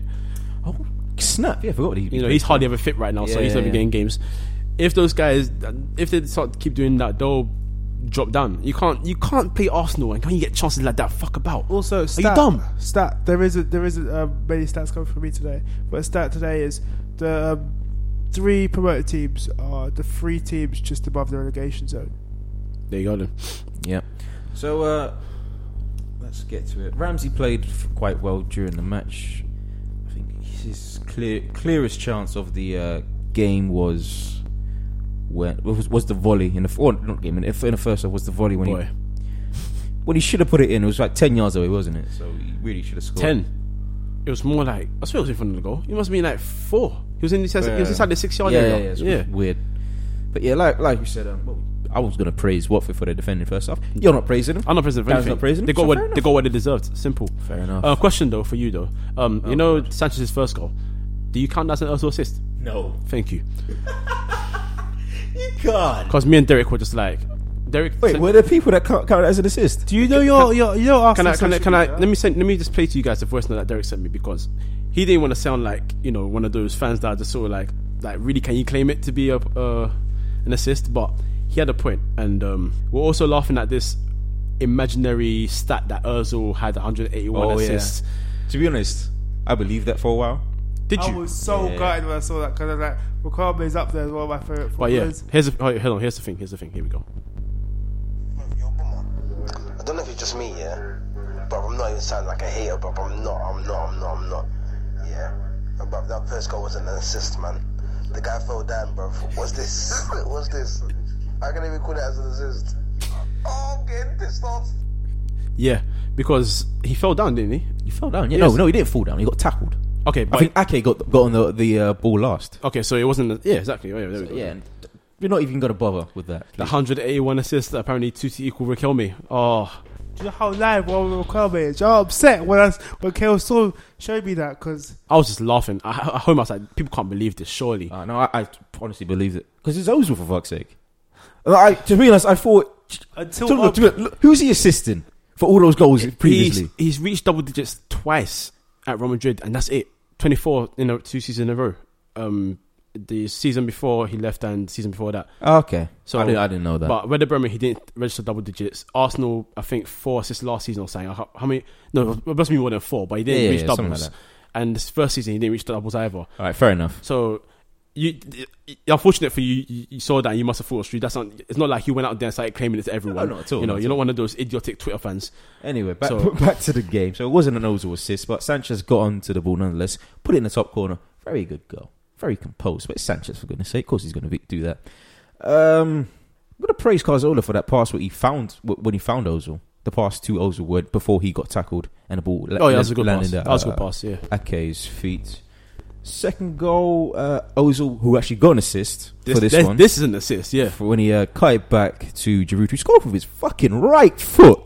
Oh, snap. Yeah, I forgot what he
You know, he's hardly ever fit right now, so
Yeah,
he's not
yeah,
even getting games. If those guys, if they start to keep doing that, they'll drop down. You can't, you can't play Arsenal and can't get chances like that. Fuck about.
Also, stat,
dumb?
Stat. There isn't. There isn't um, many stats coming from me today. But a stat today is the um, three promoted teams are the three teams just above the relegation zone.
There you go. Then.
Yeah. So uh, let's get to it. Ramsey played f- quite well during the match. I think his clear, clearest chance of the uh, game was when was, was the volley in the f- or not game in the, in the first half was the volley when
Boy,
he when he should have put it in. It was like ten yards away, wasn't it? So he really should have scored.
ten. It was more like I swear it was in front of the goal. It must have been like four. He was in. the- He was inside the six yard
yeah,
area.
Yeah, yeah, so it was weird. But yeah, like like you said, um, well, I was gonna praise Watford for their defending first half. You're not praising them.
I'm not praising. them for
Dan's
anything.
not praising
They
him,
got
so
what
fair
they
enough.
got what they deserved. Simple.
Fair enough. Oh,
Uh, question though for you though, um, you know Sanchez's first goal. Do you count that as an also assist?
no,
Thank you.
God.
Because me and Derek were just like, Derek.
Wait,
San-
were there people that can't count it as an assist?
Do you oh, know your your you know
can I? Can I? Can I? Let me send. Let me just play to you guys the voice note that Derek sent me because he didn't want to sound like you know one of those fans that are just sort of like like really can you claim it to be a uh, an assist? But he had a point, and um, we're also laughing at this imaginary stat that Özil had 181
Oh, yeah.
assists.
To be honest, I believed that for a while.
Did
I
you?
was so
Yeah.
gutted when I saw that because like Ricardo's up there as one of my favorite
But yeah,
footballers.
here's the, oh, hold on. Here's the thing. Here's the thing. Here we go.
Yo, Boomer, Hmm, I don't know if it's just me, yeah, but I'm not even sounding like a hater, but I'm not, I'm not, I'm not, I'm not, yeah. But that first goal was an assist, man. The guy fell down, bro. What's this? What's this? I can even call that as an assist. Oh, I'm getting pissed off.
Yeah, because he fell down, didn't he?
He fell down. Yeah, no,
Yes.
no, he didn't fall down. He got tackled.
Okay,
I
but
think Ake got got on the the uh, ball last.
okay, so it wasn't. yeah, exactly. Oh, yeah, there we go.
Yeah, and you're not even gonna bother with that.
The 181 assists apparently two to equal Raquelme. Oh,
Do you know how live Warren Ricardo is? I'm upset when I s- when Kale saw showed me that because
I was just laughing. I, I- at home, I was like, people can't believe this. Surely,
Uh, no, I, I honestly believed it because it's Ozil for fuck's sake. And I, to be honest, I thought.
Until
to- look, to be honest, look, who's he assisting for all those goals previously?
he's, he's reached double digits twice at Real Madrid, and that's it. 24 in a, two seasons in a row. Um, the season before he left, and the season before that.
Ah, Okay, so
So-
I didn't, I didn't know that.
But Werder Bremen, he didn't register double digits. Arsenal, I think four assists last season or something. How, how many? No, it must be more than four, but he didn't
Yeah, yeah,
reach
yeah, something
doubles.
like that.
and this first season, he didn't reach doubles either.
all right, fair enough.
So you, y- unfortunate for you, you, you saw that and you must have thought through. That's not. It's not like you went out there and started claiming it to everyone.
not at all,
You know,
not at
you're not one of those idiotic Twitter fans.
Anyway, back,
So-
back to the game. So it wasn't an Ozil assist, but Sanchez got onto the ball nonetheless, put it in the top corner. Very good goal. Very composed. But it's Sanchez, for goodness sake. Of course he's going to do that. Um, I'm going to praise Carzola for that pass what he found wh- when he found Ozil. The pass to Ozil were- before he got tackled and the ball la-
Oh yeah, that's a good
landed
pass.
at,
That was a
uh,
good pass. Yeah.
Ake's feet. Second goal, uh, Ozil, who actually got an assist
This,
for this
this,
one.
this is an assist. Yeah.
for when he uh, cut it back to Giroud, who scored with his fucking right foot.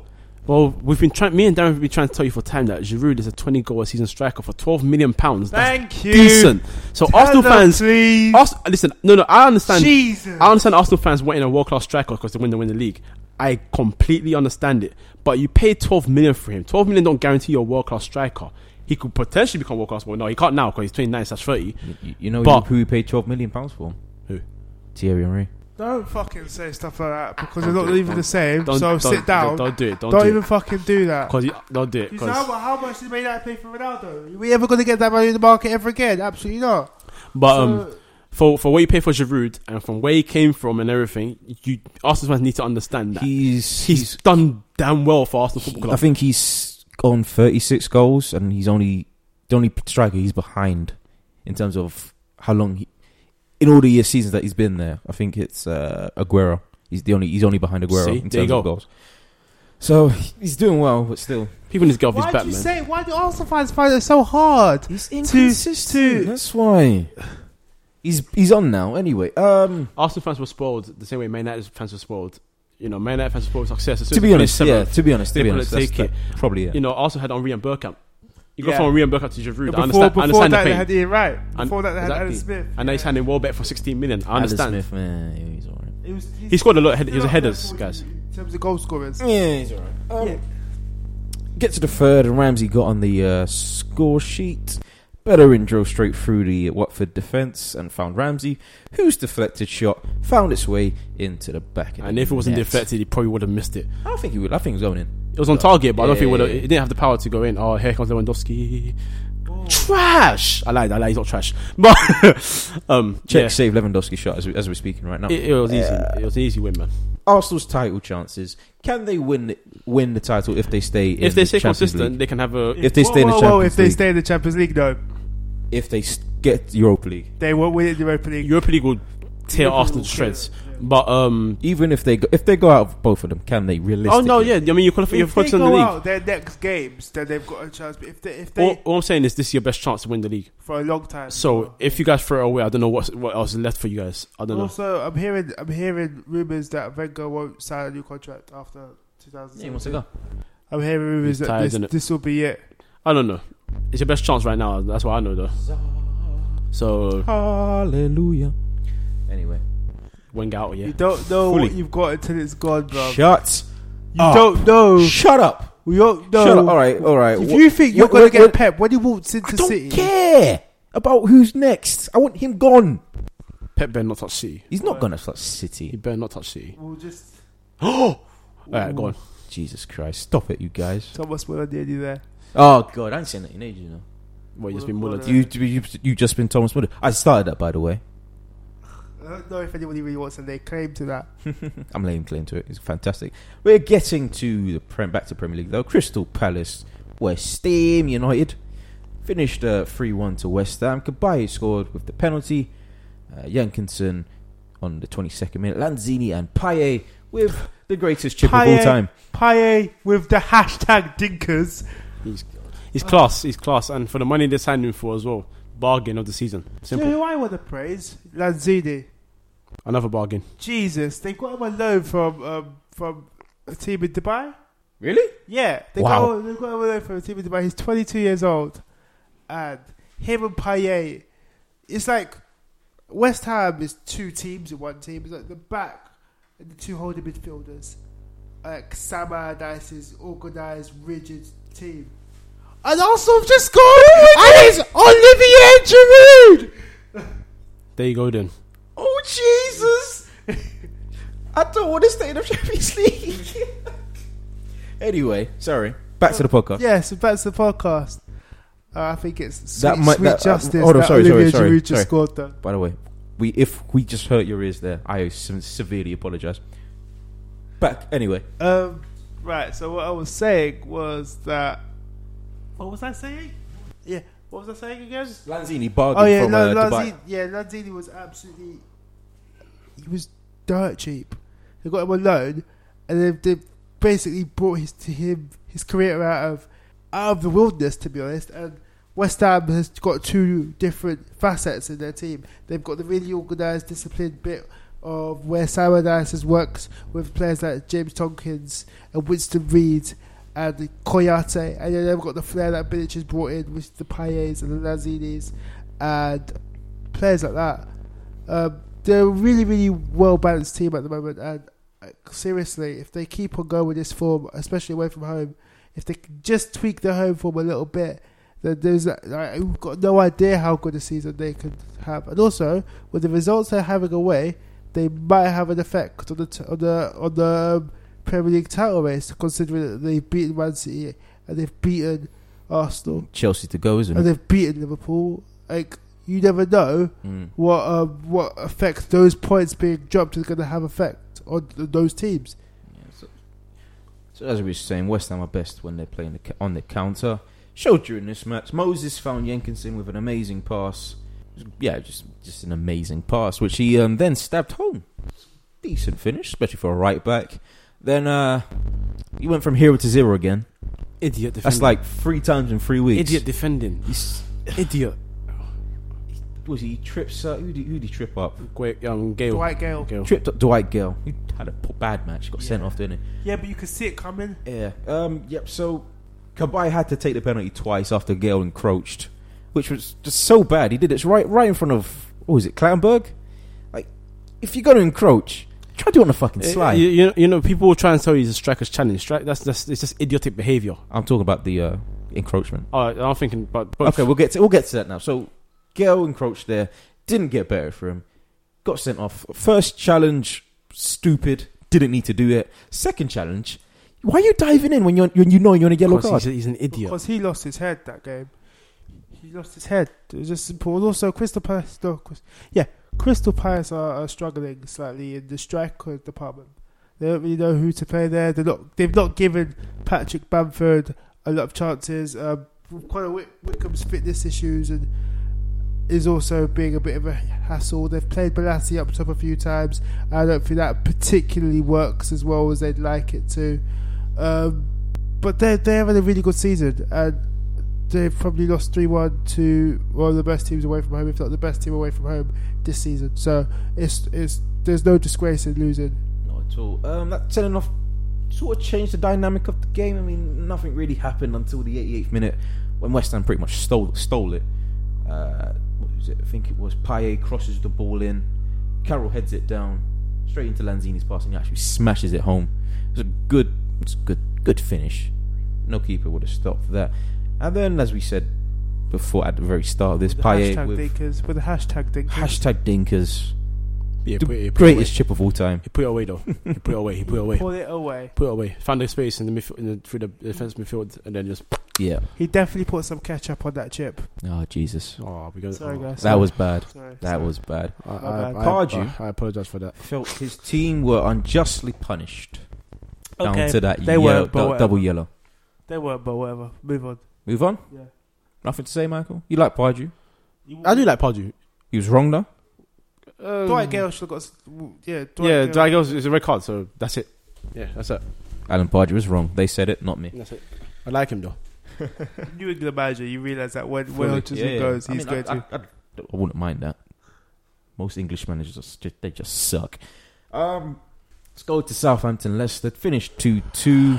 Well, we've been trying. Me and Darren have been trying to tell you for time that Giroud is a 20 goal a season striker for 12 million pounds. That's
thank you.
decent. So Arsenal
Hello,
fans.
please.
Arsenal, listen, no, no, I understand.
Jesus.
I understand Arsenal fans wanting a world class striker because they win the win the league. I completely understand it, but you pay 12 million for him. 12 million don't guarantee you're a world class striker. He could potentially become world class. Well, no, he can't now because he's 29 slash 30.
You, you know
But-
who we paid twelve million pounds for?
Who?
Thierry Henry.
Don't fucking say stuff like that because they're not even the same.
Don't,
so
don't,
sit down.
Don't, don't do it. Don't,
Don't
do
even
it.
fucking do that.
'Cause you- don't do it.
You
'cause-
know how, how much did Man United pay for Ronaldo? Are we ever going to get that money in the market ever again? Absolutely not.
but
So-
um, for for what you pay for Giroud and from where he came from and everything, you Arsenal fans need to understand that he's,
He's he's.
done damn well for Arsenal Football Club.
I think he's on thirty six goals, and he's only the only striker he's behind in terms of how long he. In all the year seasons that he's been there, I think it's uh, Aguero. He's the only he's only behind Aguero
See,
in
there you
terms of
go.
goals. So he's doing well, but still
People need to get off his
Why
back,
do you
man.
say? Why do Arsenal fans find it so hard?
he's
inconsistent.
That's why He's he's on now anyway. Um,
Arsenal fans were spoiled the same way Man United fans were spoiled. You know, Man United fans were spoiled with success. As soon
to
as
be
they
honest,
finished
yeah.
seventh,
To be honest, to
they
be
couldn't
honest, that's,
uh, take
that,
it.
probably yeah.
You know, Arsenal had Henri and Burkamp. You go
Yeah.
from Henri and Burkamp to Giroud.
But
I
before
understand. I
before
understand
that,
the
they
pain.
had Ian Wright.
And-
Before that, they had
exactly.
Alan Smith.
And now he's signing Welbeck for 16 million. I
Alan
understand.
Smith, man, yeah, he's alright.
It was-
He scored a lot of head-
still
he was a
up there
headers,
for-
guys.
In terms of goal scorers.
Yeah, he's alright. Um, Get to the third, and Ramsey got on the uh, score sheet. Bellerin drove straight through the Watford defence and found Ramsey, whose deflected shot found its way into the back. Of
And
the
if it wasn't
net.
deflected, he probably would have missed it.
I don't think he would. I think he was going in.
It was on target, but I don't think it would have.
Yeah.
It didn't have the power to go in. Oh, here comes Lewandowski.
Oh.
Trash. I lied. I lied. He's not trash. But um,
Check
yeah,
save Lewandowski shot as, we, as we're speaking right now.
it, it was easy. It was an easy win, man.
Arsenal's title chances. Can they win win the title if they stay? In
If they
the
stay
Champions
consistent,
League?
they can have a.
if they
Whoa,
stay in the
whoa, whoa,
Champions
if they
League.
stay in the Champions League, though,
if they s- get Europa League,
they won't win the Europa League.
Europa League will tear
Liverpool
Arsenal to
will
shreds.
kill it,
But um,
even if they go, if they go out of both of them, can they
oh
realistically?
no, yeah. I mean, you're qualifying. You're
If they
focusing on
go
the league.
out their next games, then they've got a chance. But if they, if they
All, all I'm saying is this is your best chance to win the league.
for a long time,
So if you guys throw it away, I don't know what's, what else is left for you guys. I don't know.
also, I'm hearing I'm hearing rumors that Wenger won't sign a new contract after 2000.
He wants to go.
I'm hearing rumors
He's
that
tired,
this,
innit?
this will be it.
I don't know. It's your best chance right now. That's what I know, though. So
Hallelujah. Anyway,
Wenger out, yeah.
You don't know
Fully.
what you've got until it's gone, bro.
shut.
you
up.
don't know.
Shut up.
We don't know.
Shut up. All right. All right.
If
Wha-
you think you're
wha-
going
wha-
to get
wha-
Pep when he walks into
I don't
City,
care about who's next. I want him gone.
Pep better not touch City.
He's not
Right.
going to touch
He
City.
better not touch City.
we'll just
All right, go on.
Jesus Christ! Stop it, you guys.
Thomas Muller nearly there.
Oh God, I ain't saying that in ages. You know.
Well, you
Well,
just been Muller.
well,
You you you just been Thomas Muller. I started that by the way.
I don't know if anybody really wants to lay claim to that.
I'm laying claim to it. It's fantastic. We're getting to the prem, back to Premier League though. Crystal Palace, West Ham United finished uh, three one to West Ham. Kabaye scored with the penalty. Uh, Jankinson on the 22nd minute. Lanzini and Paye with the greatest chip of all
Payet.
time.
Paye with the hashtag Dinkers.
He's, he's class. He's class, and for the money they signed him for as well, bargain of the season.
Do you
Simple.
know who I want to praise? Lanzini.
Another bargain.
Jesus, they got him a loan from um, from a team in Dubai.
Really?
Yeah, they
Wow.
got they got him a loan from a team in Dubai. He's 22 years old, and him and Payet. It's like West Ham is two teams in one team. It's like the back and the two holding midfielders. Like Sam Allardyce's organised, rigid team. And also just scored, and it's Olivier Giroud.
There you go then.
Oh Jesus! I don't want to stay in the Champions League. anyway, sorry. Back to the podcast.
Yes, so back to the podcast. Uh, I think it's sweet,
That might-
sweet
that- uh,
justice.
hold on,
that
sorry, sorry,
Olivier
sorry,
Giroud just
sorry.
scored that.
By the way, we if we just hurt your ears there, I se- severely apologise. Back anyway.
Um, right. So what I was saying was that. What was I saying? Yeah. What was I saying again?
Lanzini bargained
Oh yeah,
from
no,
uh,
Lanzini.
Dubai.
Yeah, Lanzini was absolutely. He was dirt cheap. They got him on loan, and they've, they've basically brought his to him his career out of out of the wilderness. To be honest, and West Ham has got two different facets in their team. They've got the really organised, disciplined bit of where Sam Allardyce works with players like James Tompkins and Winston Reed and Koyate, and then they've got the flair that Bilic has brought in with the Payets and the Lazinis and players like that. Um, they're a really, really well balanced team at the moment, and uh, seriously, if they keep on going with this form, especially away from home, if they can just tweak their home form a little bit, then there's uh, like, we've got no idea how good a season they could have. And also, with the results they're having away, they might have an effect on the t- on the on the um, Premier League title race, considering that they've beaten Man City and they've beaten Arsenal
Chelsea to go, isn't
and
it?
they've beaten Liverpool. Like you never know
Mm.
what um, what effect those points being dropped is going to have effect on th- those teams.
So as we were saying, West Ham are best when they're playing the, ca- on the counter. Showed during this match, Moses found Jenkinson with an amazing pass. Yeah, just just an amazing pass, which he um, then stabbed home. Decent finish, especially for a right back. Then uh, he went from hero to zero again.
Idiot. Defending.
That's like three times in three weeks.
idiot defending. He's idiot.
was he trips? Uh, who did who did he trip up?
Quick, um, Gale.
Dwight Gale.
Tripped up Dwight Gale. He had a p- bad match. Got sent off, didn't
Yeah, but you could see it coming.
he? Yeah. Um. Yep. So Kabai had to take the penalty twice after Gale encroached, which was just so bad. He did it right right in front of what was it, Clownberg? Like, if you're gonna encroach, try to do it on a fucking
Eh,
slide.
You, you, you know, people try and tell you it's a striker's challenge. Stri- that's, that's it's just idiotic behavior.
I'm talking about the uh, encroachment.
Oh, I'm thinking, but
Okay, we'll get to, we'll get to that now. So, Gale encroached there, didn't get better for him, got sent off. First challenge, stupid, didn't need to do it. Second challenge, why are you diving in when you're when you know you're on a yellow
because
card?
he's, he's an idiot.
Because he lost his head that game. He lost his head. It was just simple. And also, Crystal Palace. No, Chris, yeah, Crystal Palace are, are struggling slightly in the striker department. They don't really know who to play there. They're not. They've not given Patrick Bamford a lot of chances. Um, Connor Wick, Wickham's fitness issues and is also being a bit of a hassle. They've played Balassi up top a few times. I don't think that particularly works as well as they'd like it to. Um, but they're, they're having a really good season and they've probably lost 3 1 to one of the best teams away from home, if not the best team away from home this season. So it's, it's there's no disgrace in losing.
Not at all. Um, that telling off sort of changed the dynamic of the game. I mean, nothing really happened until the 88th minute when West Ham pretty much stole stole it. Uh, what was it? I think it was Paye crosses the ball in. Carroll heads it down straight into Lanzini's pass and he actually smashes it home. It's a good, it's a good, good finish. No keeper would have stopped that. And then, as we said before at the very start of this,
The
Paye
hashtag
with
dinkers, with the hashtag dinkers.
hashtag Dinkers,
Yeah,
the
put, it- he put it away.
greatest chip of all time.
He put it away though. he put it away. He put it away.
Pull it away.
Put it away. Found a space in the midfield, in the, through the defense midfield, and then just
Yeah.
He definitely put some ketchup on that chip.
Oh Jesus,
oh, we got
Sorry,
oh,
guys.
that was bad.
Sorry.
That was bad.
I,
My
I,
bad.
I,
Card you.
I, I apologize for that.
Felt his team were unjustly punished down
Okay,
to that
they
yellow,
were, but
dou-
whatever.
double yellow.
They weren't, but whatever. Move on.
Move on.
Yeah.
Nothing to say, Michael. You like Pardew?
I do like Pardew.
He was wrong though.
Um,
Dwight Gale should have got. s- Yeah, Dwight
yeah,
Gale.
Dwight Gale is a red card, so that's it. Yeah, that's it.
Alan Pardew was wrong. They said it, not me.
That's it. I like him though.
New England manager, you realise that when,
Fully.
when Hutchinson
Yeah, yeah.
goes,
I
he's
mean, I-
going to.
I, I, I wouldn't mind that. Most English managers are just, they just suck. Um, let's go to Southampton. Leicester finished two two.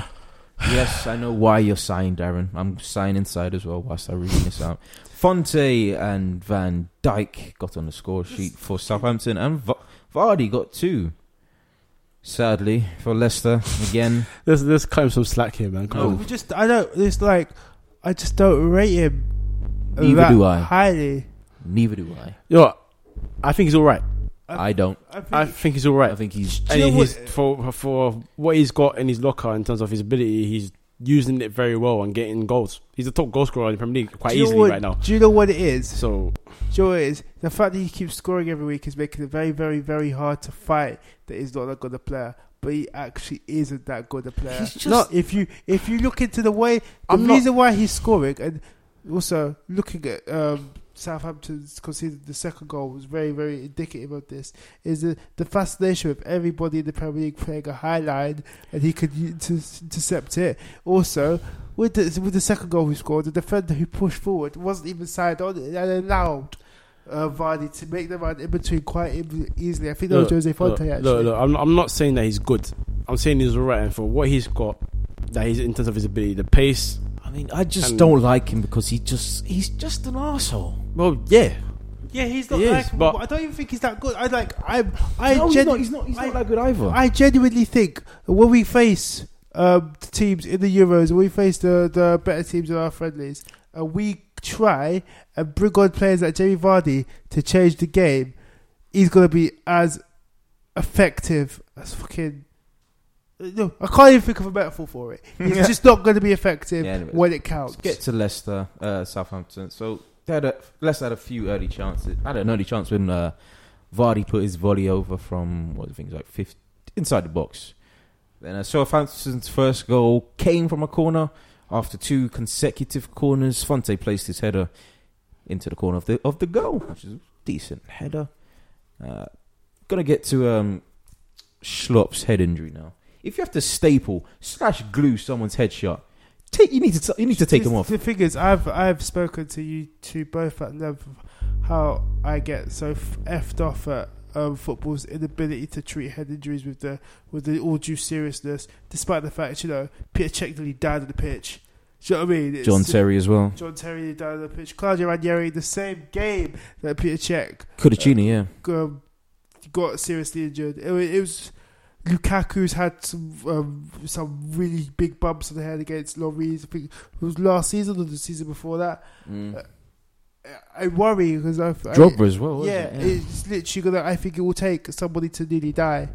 Yes, I know why you're signed, Darren. I'm signed inside as well. Whilst I read this out, Fonte and Van Dyke got on the score sheet for Southampton, and Va- Vardy got two. Sadly for Leicester again.
Let's let's cut him some slack here, man. Come
No,
on.
we just I don't. It's like I just don't rate him.
Neither
that
do I.
Highly.
Neither do I.
Yo, I think he's all right.
I don't.
I think,
I think he's all right.
I think he's
you
and
know
he's,
what-
for for what he's got in his locker in terms of his ability, he's using it very well and getting goals. He's the top goal scorer in the Premier League quite
do you know
easily
what-
right now.
Do you know what it is?
So
Do you know what it is? The fact that he keeps scoring every week is making it very, very, very hard to fight that he's not that good a player. But he actually isn't that good a player.
He's just-
Not if you if you look into the way the
I'm not-
reason why he's scoring and also looking at um, Southampton's conceded the second goal was very, very indicative of this. Is the, the fascination with everybody in the Premier League playing a high line and he could u- to, intercept it. Also, with the, with the second goal he scored, the defender who pushed forward wasn't even side on it and allowed uh, Vardy to make the run in between quite e- easily. I think that
look,
was Jose Fonte
look,
actually.
look, look, I'm, I'm not saying that he's good. I'm saying he's all right, and for what he's got, that he's in terms of his ability, the pace.
I mean, I just
And-
don't like him because he just he's just an asshole.
Well, yeah,
Yeah, he's
He is, but-
I don't even think he's that good. I like. I. I
no,
genu-
he's not. He's not, he's
I-
not that good either.
I genuinely think that when we face um, the teams in the Euros, when we face the, the better teams in our friendlies, and we try and bring on players like Jamie Vardy to change the game, he's going to be as effective as fucking. No, I can't even think of a metaphor for it. He's
Yeah.
just not going to be effective
Yeah, anyways.
when it counts.
Let's get to Leicester, uh, Southampton. So they had a, Leicester had a few early chances. I had an early chance when uh, Vardy put his volley over from what I think it was like fifth inside the box. Then uh, Southampton's first goal came from a corner after two consecutive corners. Fonte placed his header into the corner of the of the goal, which is a decent header. Uh, gonna get to um, Schlopp's head injury now. If you have to staple slash glue someone's headshot, take you need to t- you need to take them off.
The thing is, I've I've spoken to you two both at length how I get so f- effed off at um, football's inability to treat head injuries with the with the all due seriousness, despite the fact you know Peter Cech nearly died on the pitch. Do you know what I mean? It's-
John Terry as well.
John Terry nearly died on the pitch. Claudio Ranieri, the same game that Peter Cech
Cudicini, yeah.
um, got seriously injured. It, wa- it was Lukaku's had some um, some really big bumps on the head against Lloris. I think it was last season or the season before that.
Mm.
I, I worry because I, I
Drogba as well. wasn't
yeah,
it?
it's literally gonna. I think it will take somebody to nearly die.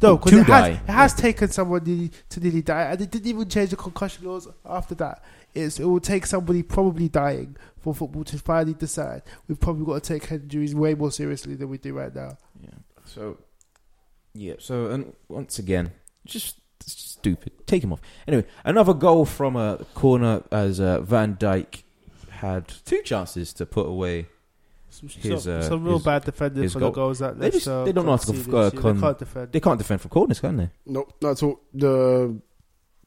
No, because
To
it has,
die.
it has taken someone nearly, to nearly die, and it didn't even change the concussion laws after that. It's, it will take somebody probably dying for football to finally decide we've probably got to take head injuries way more seriously than we do right now.
So, yeah. So, and once again, just stupid. Take him off. Anyway, another goal from a corner as uh, Van Dyke had two chances to put away.
Some,
His,
some,
uh,
some real
his-
bad defending
his
for
goal-
the goals that
they
they,
just-
so
they don't know how to
conceded.
go-
They
con-
can't defend.
They can't defend from corners, can they?
No, not at all. The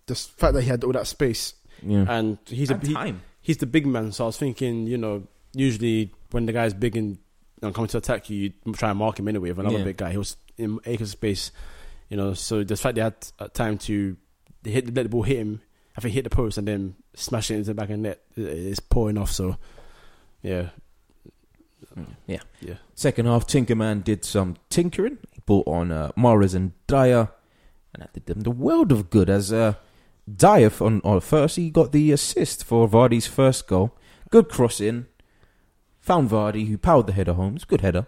the s- fact that he had all that space
Yeah.
Uh, and he's a he,
time.
he's the big man. So I was thinking, you know, usually when the guy's big and you know, coming to attack you, you try and mark him anyway. With another
Yeah.
big guy, he was in acres of space, you know. So the fact they had uh, time to they hit, let the ball hit him, I think hit the post and then smash it into the back of the net. it- It's poor enough. So yeah,
Yeah.
Yeah.
Second half, Tinkerman did some tinkering. He brought on uh, Mares and Dyer, and that did them the world of good. As uh, Dyer, f- on, on first, he got the assist for Vardy's first goal. Good cross in. Found Vardy, who powered the header home. It's a good header.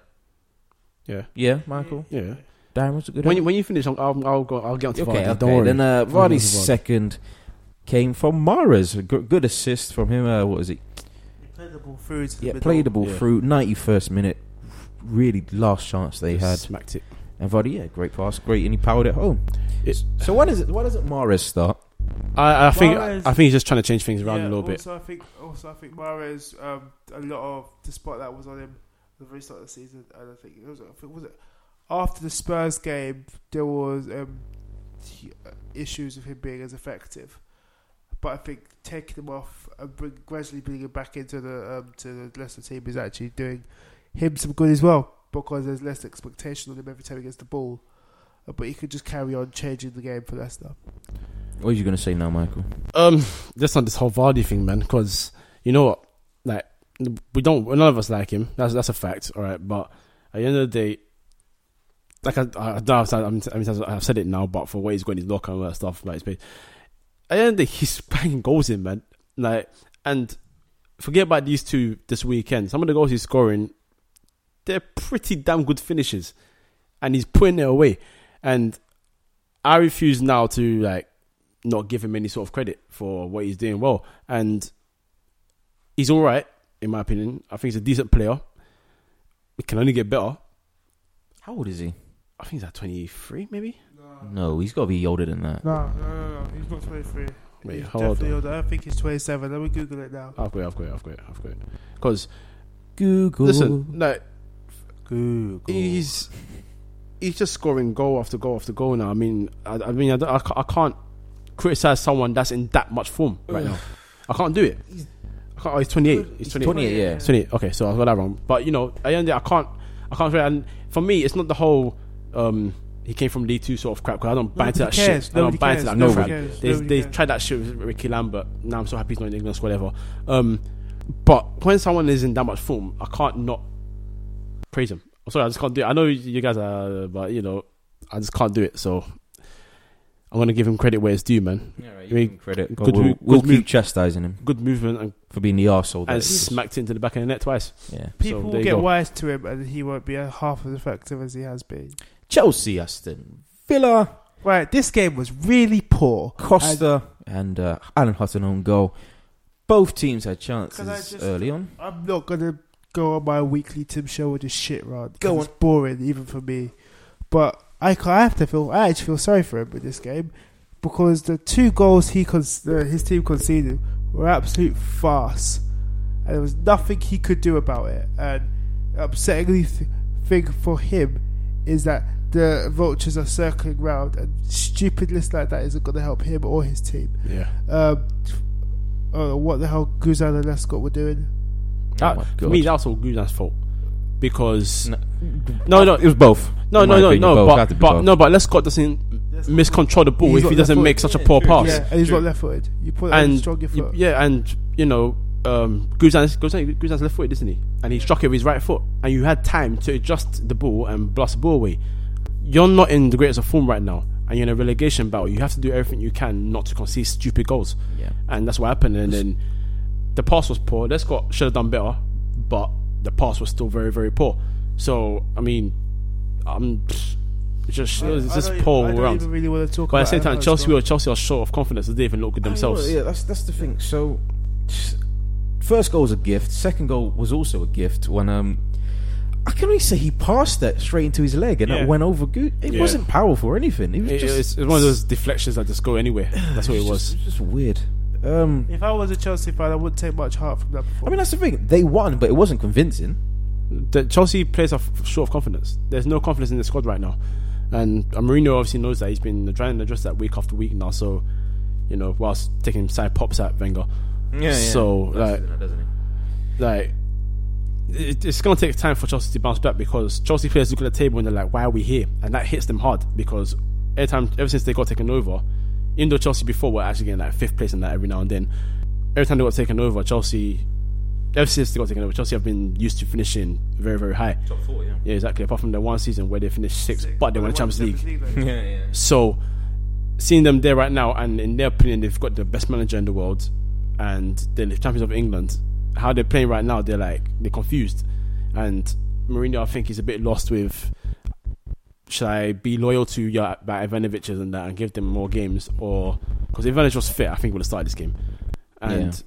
yeah,
Yeah, Michael.
yeah.
Darren was a good
When you,
header.
when you finish, I'll I'll, I'll go. I'll get on to
um, okay,
Vardy.
okay.
Don't worry.
Then uh,
Vardy's
Vardy's
Vardy.
second came from Mares. A good, good assist from him. Uh, what was it?
Play the ball through to the
Yeah,
middle.
played the ball
Yeah.
through 91st minute. Really last chance they
Just
had.
smacked it.
And Vardy, yeah, great pass, great, and he powered it home.
It's-
So why does it? Why doesn't Mares start?
I, I think
Mahrez-
I think he's just trying to change things around a little bit.
Also, I think also I think Mares um, a lot of the spot that was on him at the very start of the season, and I think it was I think, was it after the Spurs game there was um, he- uh, issues with him being as effective, but I think taking him off and bring, gradually bringing him back into the um, to the Leicester team is actually doing him some good as well because there's less expectation on him every time he gets the ball. Uh, But he could just carry on changing the game for Leicester.
What are you going to say now, Michael?
Um, just on this whole Vardy thing, man, because you know what, like we don't, none of us like him. That's that's a fact, all right. But at the end of the day, like I, I, I don't know, I'm, I mean, I've said it now, but for where he's going, his locker and all that stuff, like, it's been- at the end of the day, he's banging goals in, man. Like, and forget about these two this weekend. Some of the goals he's scoring, they're pretty damn good finishes, and he's putting it away. And I refuse now to like not give him any sort of credit for what he's doing well. And he's all right, in my opinion. I think he's a decent player. He can only get better.
How old is he?
I think he's at 23, maybe?
No, he's got to be older than that.
No, no, no, no. He's not 23.
Wait,
he's
hold
definitely
on.
older. I think he's 27. Let me Google it now.
I've got it, I've got it, I've got it, I've got it. Because,
Google.
listen, no,
Google.
he's he's just scoring goal after goal after goal now. I mean, I, I mean, I, don't- I ca- I can't criticize someone that's in that much form right now. I can't do it. I can't, oh, he's 28. He's 28.
28, yeah.
So anyway, okay, so I got that wrong. But you know, at the end of the day, I can't, I can't. really- And for me, it's not the whole. um He came from League Two sort of crap. Cause I don't buy into that
Nobody cares.
shit. I don't
Nobody
buy into
cares.
that. No,
Nobody
man.
cares.
They
Nobody
they
cares.
tried that shit with Ricky Lambert. Now I'm so happy he's not in the England squad ever. Um, but when someone is in that much form, I can't not praise him. I'm sorry, I just can't do it. I know you guys are, but you know, I just can't do it. So I'm gonna give him credit where it's due, man.
Yeah, right,
I
you
mean,
give him credit.
good
But we'll
move-
we'll
good
keep
move.
chastising him
Good movement and,
for being the arsehole. that
and
he is.
smacked it into the back of the net twice.
Yeah.
People
there
will
you
get
go.
wise to him and he won't be half as effective as he has been.
Chelsea, Aston Villa,
Right, this game was really poor.
Costa, and uh, Alan Hutton on goal. Both teams had chances
Can I just-
early on.
I'm not going to go on my weekly Tim Show with this shit run.
Go
Go It's boring, even for me. But I, ca- I have to feel, I actually feel sorry for him with this game because the two goals he con- uh, his team conceded were absolute farce. And there was nothing he could do about it. And upsettingly th- thing for him is that the vultures are circling round and stupidness like that isn't going to help him or his team. oh,
Yeah.
Um, I don't know what the hell Guzan and Lescott were doing.
That,
Oh my
for me,
God.
that's all Gudan's fault because
No.
Oh no, no,
It was both.
no,
In my
no, no,
opinion,
no,
both. Had
but,
to be
but
both.
no, but Lescott doesn't miscontrol the ball
He's
if he
not
doesn't
left-footed.
make such a poor pass.
Yeah, and he's
True.
not left footed. You put that in
and
stronger
you-
foot.
yeah, and you know, um, Guzan's, Guzan, Guzan's left footed, isn't he? And he struck it with his right foot, and you had time to adjust the ball and blast the ball away. You're not in the greatest of form right now, and you're in a relegation battle. You have to do everything you can not to concede stupid goals,
Yeah.
and that's what happened. And then the pass was poor. Lescott should have done better, but the pass was still very, very poor. So I mean, I'm it's just it was
I
just
don't e-
poor
I
all
don't even
round.
really want to talk
But
about
at the same
it.
time,
That's
Chelsea
not-
were Chelsea are short of confidence. They didn't even look good themselves.
Yeah, that's that's the thing. So, first goal was a gift. Second goal was also a gift. When um, I can only say he passed that straight into his leg, and
Yeah.
that went over good. It
Yeah.
wasn't powerful or anything. It was
It,
just
it's, it's one of those deflections that just go anywhere. That's what it
it's
was.
Just, it's just weird. Um,
If I was a Chelsea fan, I wouldn't take much heart from that. Before.
I mean that's the thing. They won, but it wasn't convincing.
The Chelsea players are f- short of confidence. There's no confidence in the squad right now, and uh, Mourinho obviously knows that. He's been trying to address that week after week now. So, you know, whilst taking side pops at Wenger, yeah. So, That's like- the like it, it's going to take time for Chelsea to bounce back because Chelsea players look at the table and they're like, "Why are we here?" And that hits them hard because every time, ever since they got taken over, even though Chelsea before were actually getting like fifth place and that every now and then, every time they got taken over, Chelsea, ever since they got taken over, Chelsea have been used to finishing very, very high.
top four, yeah.
Yeah, exactly. Apart from the one season where they finished sixth, but they won the Champions League.
League.
Yeah, yeah.
So seeing them there right now, and in their opinion, they've got the best manager in the world, and they're the champions of England. How they're playing right now, they're like they're confused, and Mourinho, I think, is a bit lost with. Should I be loyal to yeah, about Ivanovic's and that, and give them more games, or because Ivanovic was fit, I think we'll have started this game, and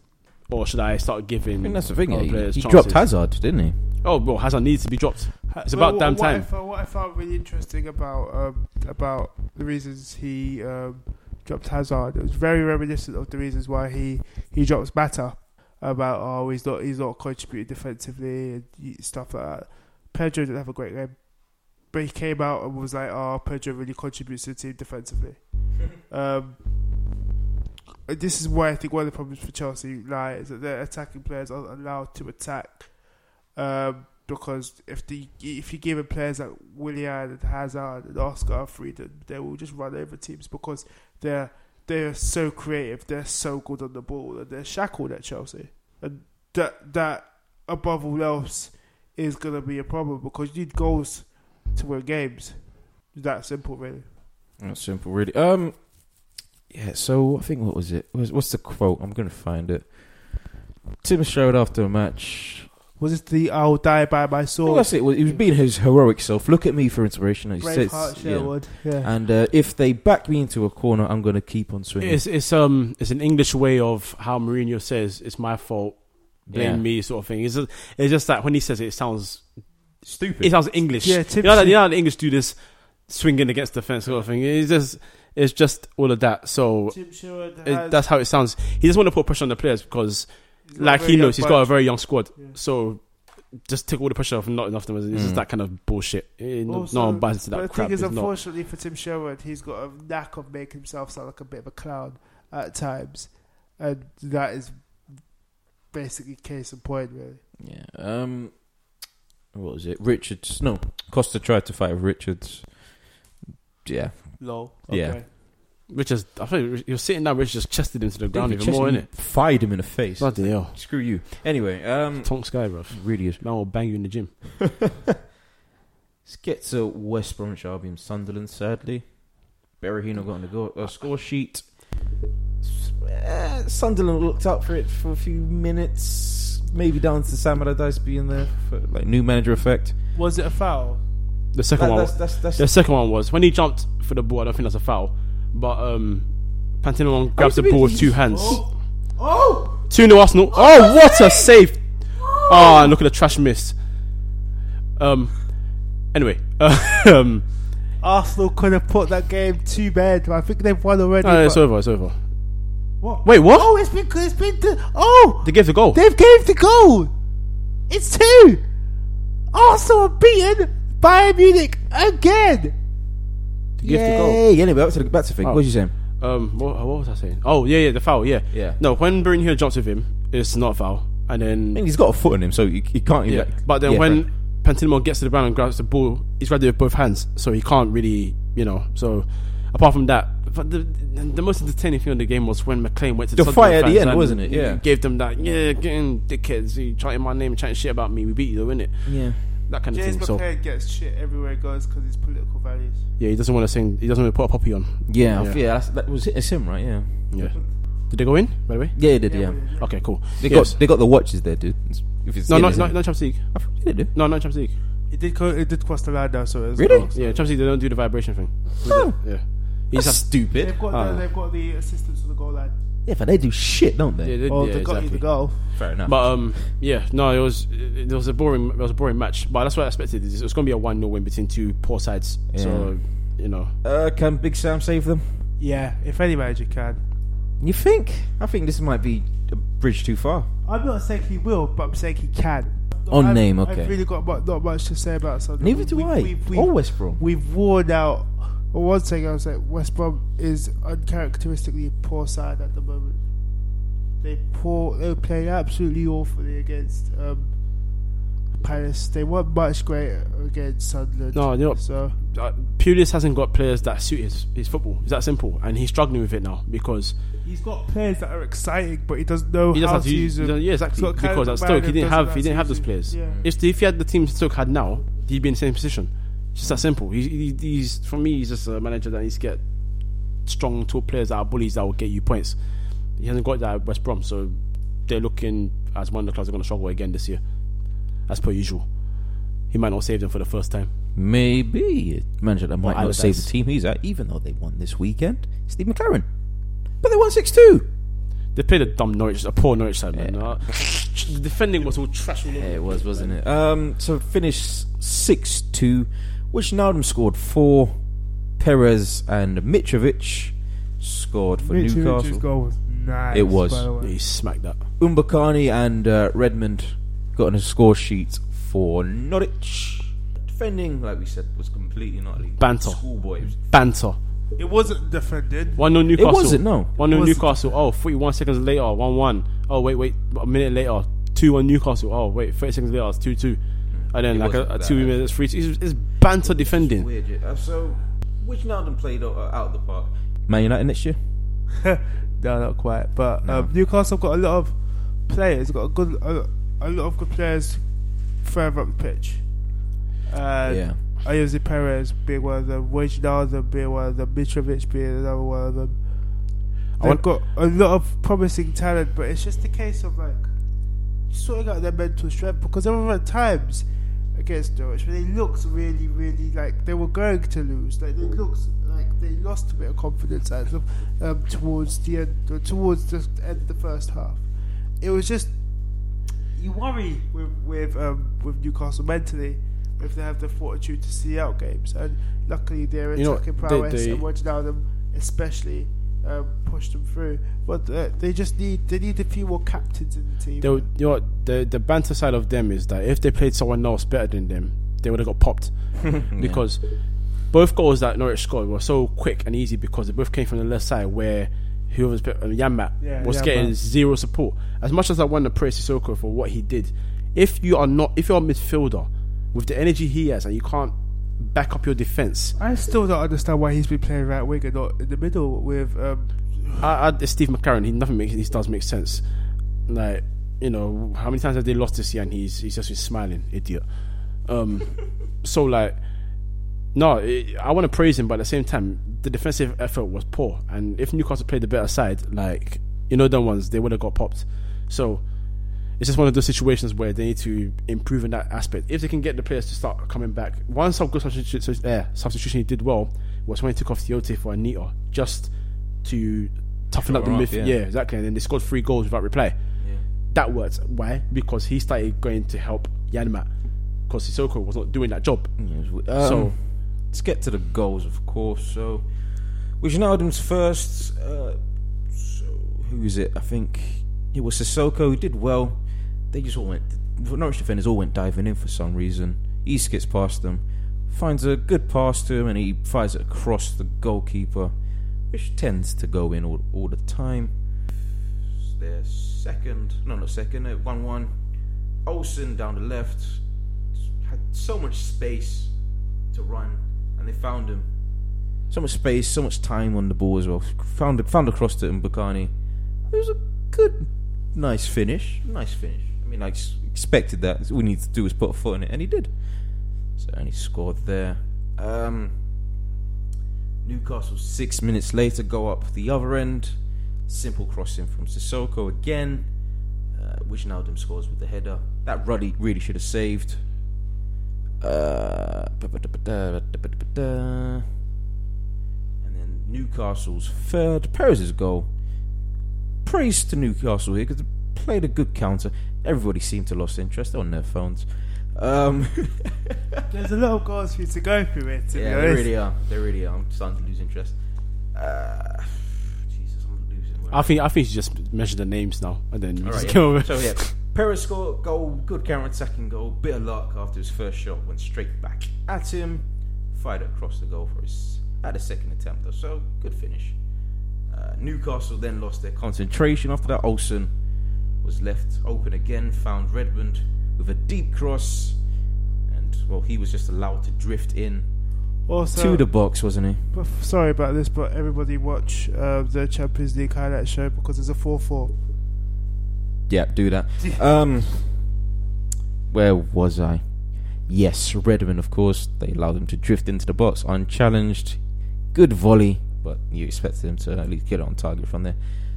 or should I start giving?
I mean that's the thing.
other
Yeah.
players
He, he
chances?
dropped Hazard, didn't he?
Oh well, Hazard needs to be dropped. It's
So
about
what,
damn
what
time.
I found- what I found really interesting about um, about the reasons he um, dropped Hazard, it was very reminiscent of the reasons why he he drops Mata about oh he's not he's not contributing defensively and y- stuff like that. Pedro didn't have a great game, but he came out and was like oh Pedro really contributes to the team defensively. um, and this is why I think one of the problems for Chelsea lie is that their attacking players are allowed to attack. Um, because if the if you give it players like Willian and Hazard and Oscar Freedom, they will just run over teams because they're they're so creative, they're so good on the ball, and they're shackled at Chelsea, and that that above all else is gonna be a problem because you need goals to win games. That simple, really.
That's simple, really. Um, yeah. So I think what was it? What's, what's the quote? I'm gonna find it. Tim showed after a match.
Was it the "I'll die by my
Oh,
sword"?
that's it. Well, He was being his heroic self. Look at me for inspiration. He
Brave
says,
heart,
yeah.
Sherwood. Yeah.
And uh, if they back me into a corner, I'm gonna keep on swinging.
It's it's um it's an English way of how Mourinho says it's my fault, blame
Yeah.
me sort of thing. It's just, it's just that when he says it, it sounds
Stupid.
it sounds English.
Yeah,
you know, that-
tipsy.
you know how the English do this swinging against the fence sort of thing. It's just it's just all of that. So
Tim Sherwood
it,
has-
that's how it sounds. He just want to put pressure on the players because,
he's got a
like
very
he
young
knows, he's got a
bunch.
very young squad.
Yeah.
So just take all the pressure off and not enough of them. It's
Mm.
just that kind of bullshit. Eh, no-
Also,
no one buys into
but
that
the
crap.
thing is,
It's not.
unfortunately for Tim Sherwood, he's got a knack of making himself sound like a bit of a clown at times, and that is basically case in point, really.
Yeah. Um, what was it? Richards. No, Costa tried to fight Richards. Yeah.
Lol.
Yeah.
Richards, I think you're sitting down. Richards just chested into the ground
David
even more,
Chesney
innit?
Fired him in the face.
Bloody hell.
Screw you. Anyway, um,
Tonk Sky, bruv.
really is
Man will bang you in the gym.
Let's get to West Bromwich Albion Sunderland, sadly. Berahino got on the go- uh, score sheet. S- eh, Sunderland looked up for it for a few minutes. Maybe down to Sam Allardyce being there for like new manager effect.
Was it a foul?
The second
That-
one,
that's, that's, that's,
the second one was when he jumped for the ball. I don't think that's a foul, but um, Pantinon grabs the
it's a
ball
bit-
with two hands.
Oh!
Two no Arsenal. Oh, what a save! Ah, look at the trash miss. Um, anyway, um,
Arsenal could have put that game to bed. I think they've won already.
no, no,
but-
it's over. It's over.
What?
Wait, what?
Oh, it's been. It's been. The, oh!
They gave the goal.
They've gave the goal! It's two! Arsenal are beaten by Munich again!
They gave the goal.
Yay! Anyway, back to the back to the thing.
Oh.
What was you saying?
Um, what, what was I saying? Oh, yeah, yeah, the foul. Yeah,
Yeah.
No, when Bruno jumps with him, it's not a foul. and then
I mean, he's got a foot in him, so he, he can't.
yeah.
even like-
But then
yeah,
when
right.
Pantinimo gets to the ground and grabs the ball, he's ready with both hands, so he can't really, you know. So apart from that, but the the most entertaining thing on the game was when McLean went to
The
Sunderland
fight at the
fans
end,
and
wasn't it?
he
Yeah.
gave them that yeah, get in, dickheads, you chanting my name, chanting shit about me, we beat you though, innit?
yeah,
That kind of
James
thing. So
McCain gets shit everywhere he goes because his political values.
yeah, he doesn't want to sing. He doesn't want to put a poppy on.
yeah,
Yeah.
yeah. that's, that was it's him, right? Yeah,
Yeah. Did they go in? By the way.
yeah, he did. Yeah,
Okay, cool.
they
Yes.
got they got the watches there, dude. It's- If it's
no,
in,
no,
it's
no,
in.
no, Champions League.
I thought they did.
No, no, Champions League.
It did. Co- it did cross the line now, so it was
Oh. Really?
Oh, so-
Yeah, Champions League. They don't do the vibration thing.
No,
Yeah. You
he's
just have-
stupid.
They've got.
Ah.
the, they've got the assistance to the goal line.
Yeah, but they do shit, don't
yeah,
they?
they-
Oh,
yeah,
they got you
exactly.
the goal.
Fair enough.
But um, yeah, no, it was it it was a boring it was a boring match, but that's what I expected. It was going to be a one 0 win between two poor sides. So you know,
uh, can Big Sam save them?
Yeah, if any manager can.
You think? I think this might be a bridge too far.
I'm not saying he will, but I'm saying he can.
On
I've-
name, okay.
I've really got mu- not much to say about something.
Neither do I. Or West Brom.
We've worn out. Well, one thing I was like, West Brom is uncharacteristically a poor side at the moment. They poor. They were playing absolutely awfully against um, Palace. They weren't much greater against Sunderland.
No, you know-
So
uh, Pulis hasn't got players that suit his, his football. It's that simple, and he's struggling with it now because
he's got players that are exciting, but he doesn't know
he doesn't
how
have to use.
them.
Yeah,
He's
exactly.
got kind of
Because at
the
Stoke, he
man
didn't
that
have
doesn't
he didn't have
to
those
use
players.
them. Yeah.
If if he had the team Stoke had now, he'd be in the same position. It's just that simple. He, he, he's for me, he's just a manager that needs to get strong two players that are bullies that will get you points. He hasn't got that at West Brom, so they're looking as one of the clubs are going to struggle again this year, as per usual. He might not save them for the first time.
Maybe a manager that might
Well,
not save the
Allardyce.
team he's at, even though they won this weekend. Steve McLaren, but they won six two.
They played a dumb Norwich, a poor Norwich side, man. Uh, the defending was all trash. All over.
It was, wasn't it? Um, so finished six two, which Naldum scored four. Perez and Mitrovic scored for
Mitrovic's
Newcastle.
goal was nice.
It was.
By the way.
Yeah, he smacked that.
Umbakani and uh, Redmond got on a score sheet for Norwich. Defending, like we said, was completely not league.
Banter.
Schoolboy. It was-
Banter.
It wasn't defended.
One 0
It
Newcastle.
wasn't, no.
One 0
It wasn't.
Newcastle. Oh, 41 seconds later, one one. Oh wait, wait, a minute later, two one Newcastle. Oh wait, 30 seconds later, it's two two, and then like a,
wasn't
a
that
two
bad.
minutes free. It's, it's banter defending.
Weird. yeah. Uh, so, which Naldum played o- uh, out of the park? Man United next year?
No, not quite. But um, Newcastle got a lot of players. Got a good, a, a lot of good players further up the pitch. Uh,
yeah.
Ayoze Perez being one of them, Wijnaldum being one of them, Mitrovic being another one of them. They've
want-
got a lot of promising talent, but it's just a case of like sorting out their mental strength because there were times against Norwich where they looked really, really like they were going to lose. Like they looked like they lost a bit of confidence out of them um, towards the end, or towards the end of the first half. It was just you worry with with um, with Newcastle mentally if they have the fortitude to see out games, and luckily their
You know,
attacking
they-
prowess
they-
and Wijnaldum especially um, pushed them through. But uh, they just need they need a few more captains in the team.
They, would- you know, what, the the banter side of them is that if they played someone else better than them, they would have got popped because both goals that Norwich scored were so quick and easy because they both came from the left side where whoever's uh, Yamat
Yeah,
was
Yamat.
getting zero support. As much as I want to praise Sissoko for what he did, if you are not if you're a midfielder with the energy he has and you can't back up your defense,
I still don't understand why he's been playing right wing and not in the middle with um,
I, I, it's Steve McCarron, he nothing makes he does make sense. Like you know, how many times have they lost this year and he's he's just been smiling, idiot. Um, so like, no, it, I want to praise him, but at the same time, the defensive effort was poor. And if Newcastle played the better side, like you know, them ones they would have got popped. So it's just one of those situations where they need to improve in that aspect. If they can get the players to start coming back, one sub good substitution, yeah, substitution he did well was when he took off Theote for Anita, just to toughen up the
Sure,
myth.
yeah.
Yeah. exactly. And then they scored three goals without reply. That worked. Why? Because he started going to help Yanmat because Sissoko was not doing that job.
so,
So-
let's get to the goals, of course. So, Wijnaldum's first. Uh, so, who is it? I think it was Sissoko who did well. They just all went. The Norwich defenders all went diving in for some reason. He skips past them, finds a good pass to him, and he fires it across the goalkeeper, which tends to go in all, all the time. their second, no, not second, at 1 1. Olsen down the left had so much space to run, and they found him. So much space, so much time on the ball as well. Found found across to Mbakani. It was a good, nice finish. Nice finish. I mean, I s- expected that. All we needed to do was put a foot in it, and he did. So, and he scored there. Um, Newcastle six minutes later go up the other end. Simple crossing from Sissoko again, uh, which Naldum scores with the header. That Ruddy really should have saved. Uh, and then Newcastle's third, Perez's goal. Praise to Newcastle here because they played a good counter. Everybody seemed to lost interest on their phones. Um,
There's a lot of goals for you to go through it, to
yeah,
be
they
honest.
really are. They really are. I'm starting to lose interest. Uh, Jesus, I'm losing.
I think I think you just measure the names now, and then you
All
just
right,
go
yeah. So
over.
yeah, Perez scored goal, good counter-attacking goal. Bit of luck after his first shot went straight back at him, fired it across the goal for his at a second attempt though. So good finish. Uh, Newcastle then lost their concentration after that. Olsen was left open again, found Redmond with a deep cross, and well, he was just allowed to drift in
Also,
box, wasn't he?
but f- sorry about this, but everybody watch uh, the Champions League highlight show because there's a 4 4.
Yeah, do that. Um, where was I? Yes, Redmond, of course. They allowed him to drift into the box unchallenged. Good volley, but you expected him to at least get it on target from there.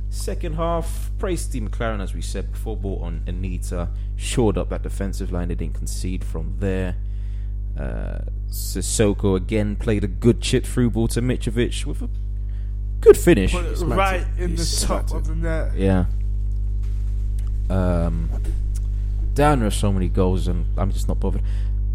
Second half, praise Steve McLaren, as we said before, ball on Anita, shored up that defensive line. They didn't concede from there. Uh, Sissoko again played a good chip through ball to Mitrovic with a good finish.
Put it
smacked
right
it.
in
He
the top
smacked
of
it.
the net.
Yeah. Um, down there are so many goals, and I'm just not bothered.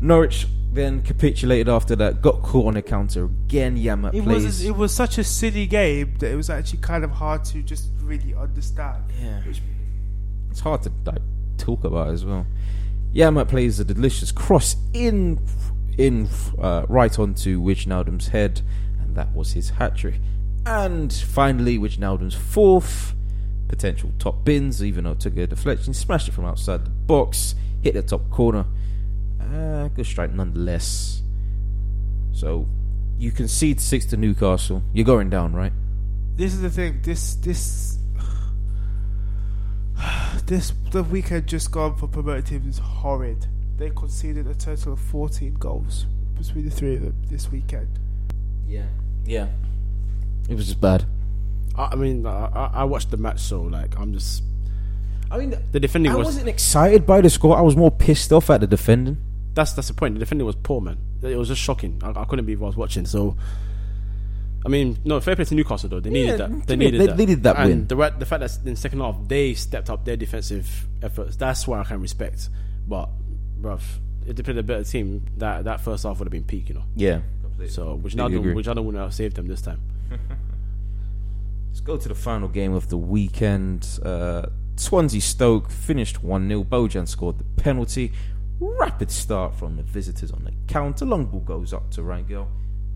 Norwich then capitulated after that. Got caught on a counter again. Yama
It
plays.
was it was such a silly game that it was actually kind of hard to just really understand.
yeah. It's hard to like, talk about as well. Yama plays a delicious cross in, in uh, right onto Wijnaldum's head, and that was his hat trick. And finally, Wijnaldum's fourth potential top bins, even though it took a deflection, smashed it from outside the box, hit the top corner. Uh, good strike nonetheless. So you concede six to Newcastle. You're going down, right?
This is the thing. This this this the weekend just gone for promoted teams is horrid. They conceded a total of 14 goals between the three of them this weekend.
Yeah. Yeah. It was just bad.
I I mean, I, I- I watched the match, so like I'm just
I mean,
the defending
I
was
wasn't excited by the score. I was more pissed off at the defending.
that's that's the point. The defending was poor, man. It was just shocking. I, I couldn't believe what I was watching. So, I mean, no fair play to Newcastle though. They
Yeah,
needed that.
to
They
me,
needed
they-
that.
they did that
And
win.
The, right- the fact that in second half they stepped up their defensive efforts. That's why I can respect. But, bruv, if they played a better team, that that first half would have been peak, you know.
Yeah.
So, which now
Completely agree.
which I don't want to save them this time.
Let's go to the final game of the weekend. Uh, Swansea Stoke finished 1 0. Bojan scored the penalty. Rapid start from the visitors on the counter. Long ball goes up to Rangel,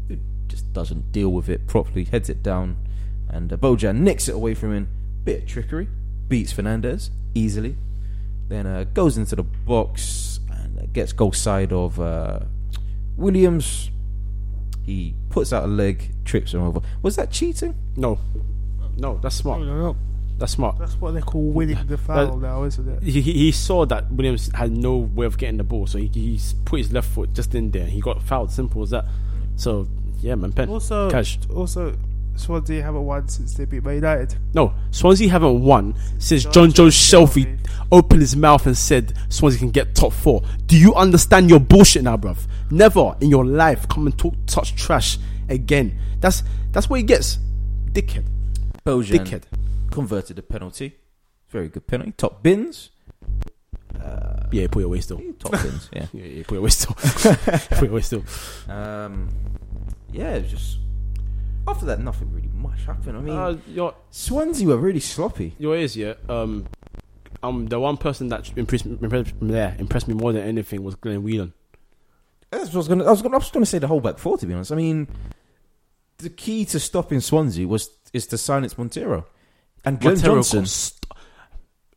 who just doesn't deal with it properly, heads it down, and uh, Bojan nicks it away from him. Bit of trickery, beats Fernandez easily, then uh, goes into the box and uh, gets goal side of uh, Williams. He puts out a leg, trips him over. Was that cheating?
No, no, that's smart. That's smart.
That's what they call winning the foul now, isn't it?
he, he he saw that Williams had no way of getting the ball, so he, he s- put his left foot just in there. He got fouled. Simple as that. So yeah, man, pen.
Also,
cash.
also Swansea haven't won since they beat Man United.
No, Swansea haven't won since John Joe Shelby opened his mouth and said Swansea can get top four. Do you understand your bullshit now, bruv? Never in your life come and talk such trash again. That's that's what he gets, dickhead.
Bojan
Dickhead.
converted a penalty. Very good penalty. Top bins.
Yeah, put it away still.
Top bins. Yeah.
Yeah, yeah, put it away still. put it away still.
Um, yeah. It was just after that, nothing really much happened. I mean,
Uh, you're-
Swansea were really sloppy.
Your ears, yeah. Um, um, the one person that impressed me, impressed, yeah, impressed me more than anything was Glenn Whelan.
That's what I was gonna. I was gonna. I was gonna say the whole back four. To be honest, I mean, the key to stopping Swansea was is to silence Montero and Glenn
Montero
Johnson.
got st-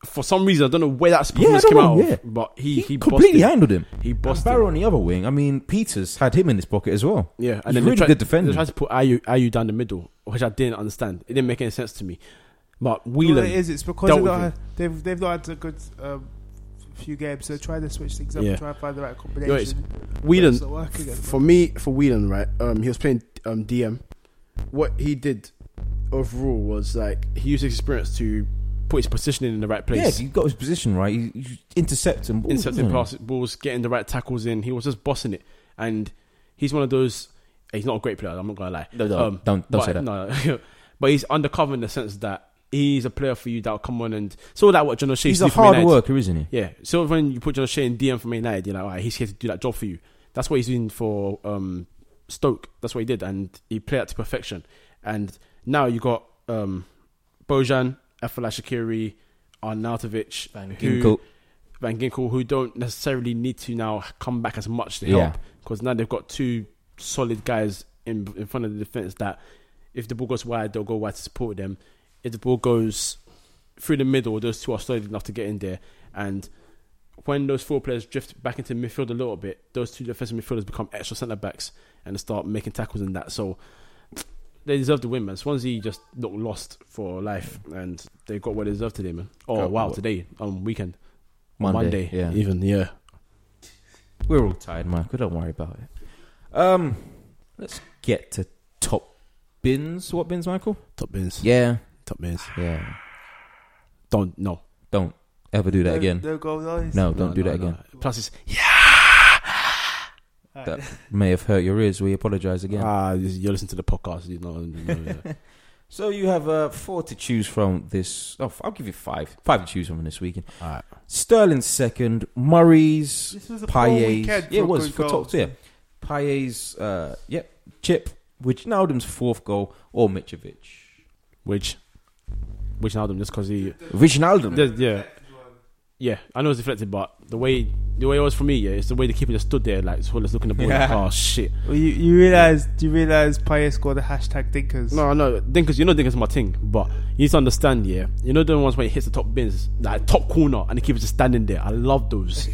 for some reason I don't know where that performance
I
came
don't
out
know,
of,
yeah.
but he
He,
he,
completely
busted.
handled him.
He
And
busted.
Barrow on the other wing. I mean, Peters had him in his pocket as well.
Yeah,
He's
and then
really
they tried,
good
They
defender.
tried to put Ayu, Ayu down the middle, which I didn't understand. It didn't make any sense to me. But
Well,
Whelan,
it is. It's because
dealt
they've
with
not,
it.
had, they've they've not had a good um, few games. So try to switch things up.
Yeah.
and Try and find the right combination.
Whelan,
It's not working at the
for me, for Whelan, right? Um, he was playing um DM. What he did overall was like
he used his experience to put his positioning in the right
yeah,
place.
you got his position right. You, you intercept him.
intercepting pass balls, getting the right tackles in. He was just bossing it, and he's one of those. He's not a great player. I'm not gonna lie. Um,
No, no, don't- don't
but-
say that.
No, but he's undercover in the sense that he's a player for you that'll come on and so that what John O'Shea.
He's
used to
a
do for Man
hard
United.
worker, isn't he?
Yeah. So when you put John O'Shea in DM for Man United, you're like, all right, he's here to do that job for you. That's what he's doing for um, Stoke. That's what he did, and he played that to perfection. And now you got um, Bojan, Afala Shakiri, Arnautovic, who-
Ginkle.
Van Ginkel, who don't necessarily need to now come back as much to
Yeah.
help because now they've got two solid guys in in front of the defense that if the ball goes wide, they'll go wide to support them. If the ball goes through the middle, those two are solid enough to get in there. And when those four players drift back into midfield a little bit, those two defensive midfielders become extra centre backs and start making tackles and that. So they deserve the win, man. Swansea just looked lost for life and they got what they deserved today, man. Oh,
Got
wow,
what-
today, um, weekend.
Monday, yeah.
even yeah.
We're all tired, Michael. Don't worry about it. Um, let's get to top bins. What bins, Michael?
Top bins,
Yeah,
top bins.
yeah.
Don't no,
Don't ever do that again.
No goal noise.
No, don't
No,
do
no,
that
no.
again.
Plus, it's
That may have hurt your ears. We apologise again.
ah, you're listening to the podcast. You know, you know, yeah.
So you have uh, four to choose from this. Oh, I'll give you five. Five to choose from this weekend.
Alright.
Sterling's second. Murray's.
This was a poor
Paillet's.
weekend.
Yeah, it
for
was
good
for
goals.
top. Yeah, Paillet's. Uh, yep, chip. Which Naldum's fourth goal or Mitrovic?
which which album? Just because he,
Wijnaldum.
there's- yeah, yeah. I know it's deflected, but the way the way it was for me, yeah, it's the way the keeper just stood there like, so looking at the ball. like,
Yeah.
oh shit!
Well, you, you realize you realize Payet scored the hashtag Dinkers.
No, I know. Dinkers, you know Dinkers my thing, but you need to understand, yeah. You know the ones where he hits the top bins, like top corner, and the keeper's just standing there. I love those.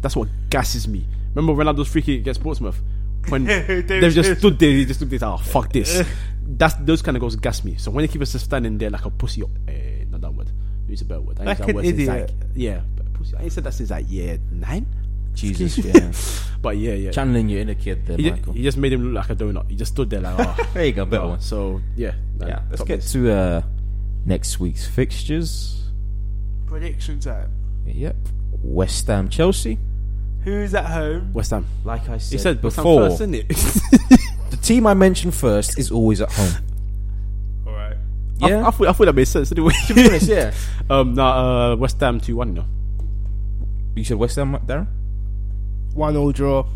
That's what gasses me. Remember Ronaldo's free kick against Portsmouth? When they've just stood there, they just looked at it, oh fuck this. That's those kind of goals gas me. So when the keeper's just standing there like a pussy, eh, not that word. Use a better word. I
Like
use that
an
word since,
idiot.
like- yeah, but pussy. I ain't said that since like year nine.
Jesus, yeah.
But yeah, yeah.
Channeling your inner kid there,
he, ju-
Michael.
he just made him look like a donut. He just stood there like, oh.
There you go, better one.
So yeah, man,
Yeah, let's
top
get
bins.
to uh, next week's fixtures.
Prediction time.
Yep, West Ham, Chelsea.
Who's at home?
West Ham.
Like I said,
He said
before,
before, first, didn't it?
the team I mentioned first is always at home.
All right.
Yeah,
I, I, thought, I thought that made sense anyway.
to be honest, yeah.
um, nah, uh, West Ham two one. No,
You said West Ham, Darren.
One all draw.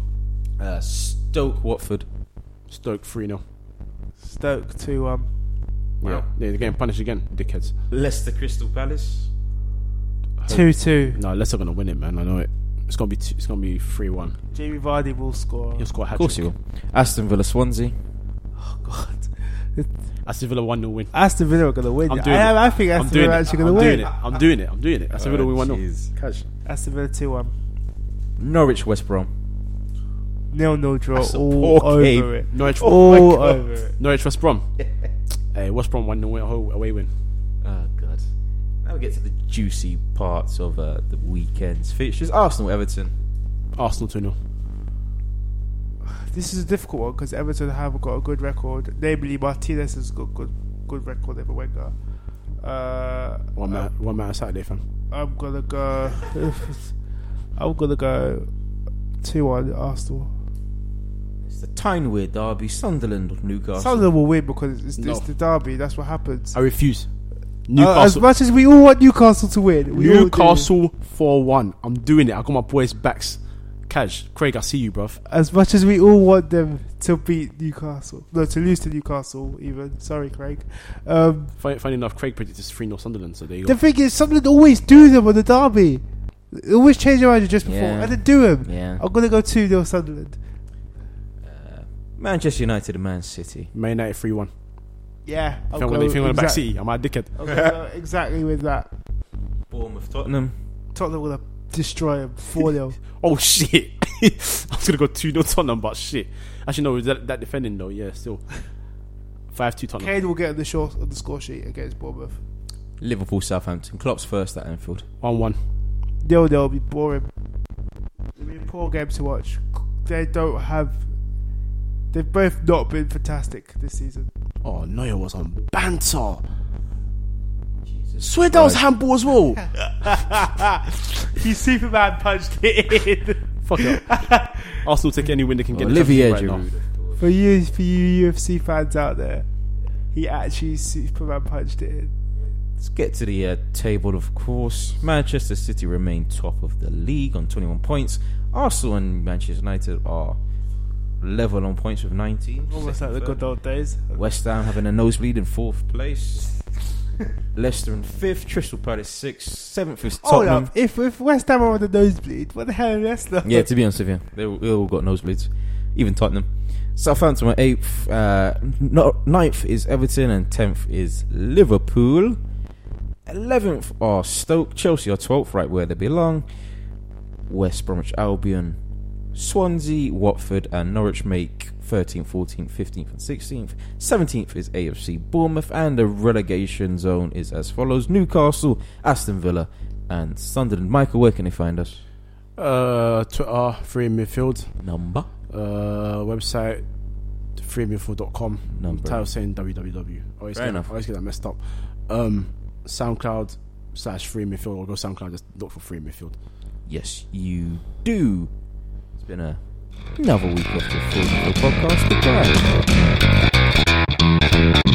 Uh, Stoke, Watford.
Stoke three 0
Stoke two um, one.
Wow, yeah, they're getting punished again, dickheads.
Leicester, Crystal Palace.
Two two.
No, Leicester gonna win it, man. I know it. It's gonna be two, it's gonna be three one.
Jamie Vardy will score.
He'll score a hat
Of course you will. Aston Villa, Swansea.
Oh God.
Aston Villa one 0 win.
Aston Villa are gonna win.
I'm
it.
doing
I, am,
it.
I think
I'm
Aston
doing
Villa are
it.
actually gonna
I'm
win.
doing it. I'm doing it. I'm doing it. Aston Villa win one 0
cash.
Aston Villa two um, one.
Norwich, West Brom.
Nil nil draw.
That's a
all
poor
over
game.
it.
Norwich.
all
my God.
over it.
Norwich West Brom. hey, West Brom one 0 away win.
Oh god. Now we get to the juicy parts of uh, the weekend's fixtures. Arsenal, Everton.
Arsenal two 0
This is a difficult one because Everton have got a good record. Namely, Martinez has got good good record over Wenger. Uh,
One man, one man Saturday, fam.
I'm gonna go. I'm gonna go two one Arsenal.
It's the Tyneweir derby, Sunderland, Newcastle.
Sunderland will win because it's,
No.
it's the derby. That's what happens.
I refuse.
Uh, as
Newcastle.
much as we all want Newcastle to win, we all do.
Newcastle four one. I'm doing it. I got my boys' backs. Cash, Craig, I see you, bruv.
As much as we all want them to beat Newcastle, no, to lose to Newcastle, even. Sorry, Craig. Um,
Funny, funny enough, Craig predicted three 0 Sunderland, so there you
the
go.
thing is, Sunderland always do them on the derby. They always change their manager just before
Yeah.
and then do them.
Yeah.
I'm gonna go two 0 Sunderland.
Manchester United and Man City.
Man United three one.
Yeah,
If
I'll
I'm
go
gonna, if I'm gonna back
exact-
City, I'm a dickhead.
I'll go exactly with that.
Bournemouth, Tottenham.
Tottenham gonna destroy him 4 0.
Oh shit! I was gonna go two 0 Tottenham, but shit. Actually, no, that, that defending though, yeah, still five two Tottenham.
Kane will get on the, short, on the score sheet against Bournemouth.
Liverpool, Southampton. Klopp's first at Anfield.
One one.
No, they'll be boring. It'll be a poor game to watch. They don't have. They've both not been fantastic this season.
Oh, Neuer was on banter. Swear that was handball as well.
He Superman punched it in.
Fuck it. Arsenal take any win they can get. in the
Olivier
Champions League
Giroud.
For you, for you UFC fans out there, he actually Superman punched it in.
Let's get to the uh, table, of course. Manchester City remain top of the league on 21 points. Arsenal and Manchester United are level on points with 19.
Almost like the good old days.
West Ham having a nosebleed in fourth place. Leicester in fifth. Crystal Palace sixth. Seventh is
Oh
Tottenham.
no! If if West Ham are on the nosebleed, what the hell is Leicester?
Yeah, to be honest with you, they all, they all got nosebleeds, even Tottenham. Southampton are eighth. Uh, no, ninth is Everton, and tenth is Liverpool. Eleventh are Stoke. Chelsea are twelfth, right where they belong. West Bromwich Albion, Swansea, Watford, and Norwich make 13th, 14th, 15th, and 16th. 17th is AFC Bournemouth, and the relegation zone is as follows: Newcastle, Aston Villa, and Sunderland. Michael, where can they find us?
Uh, Twitter free midfield.
Number.
Uh, website freemidfield.com.
Number.
Title saying www. Always
Fair
get,
enough.
Always get oh, that messed up. Um, SoundCloud slash free midfield or go SoundCloud. Just look for free midfield.
Yes, you do. It's been a, another week of the Full Metal Podcast. Goodbye.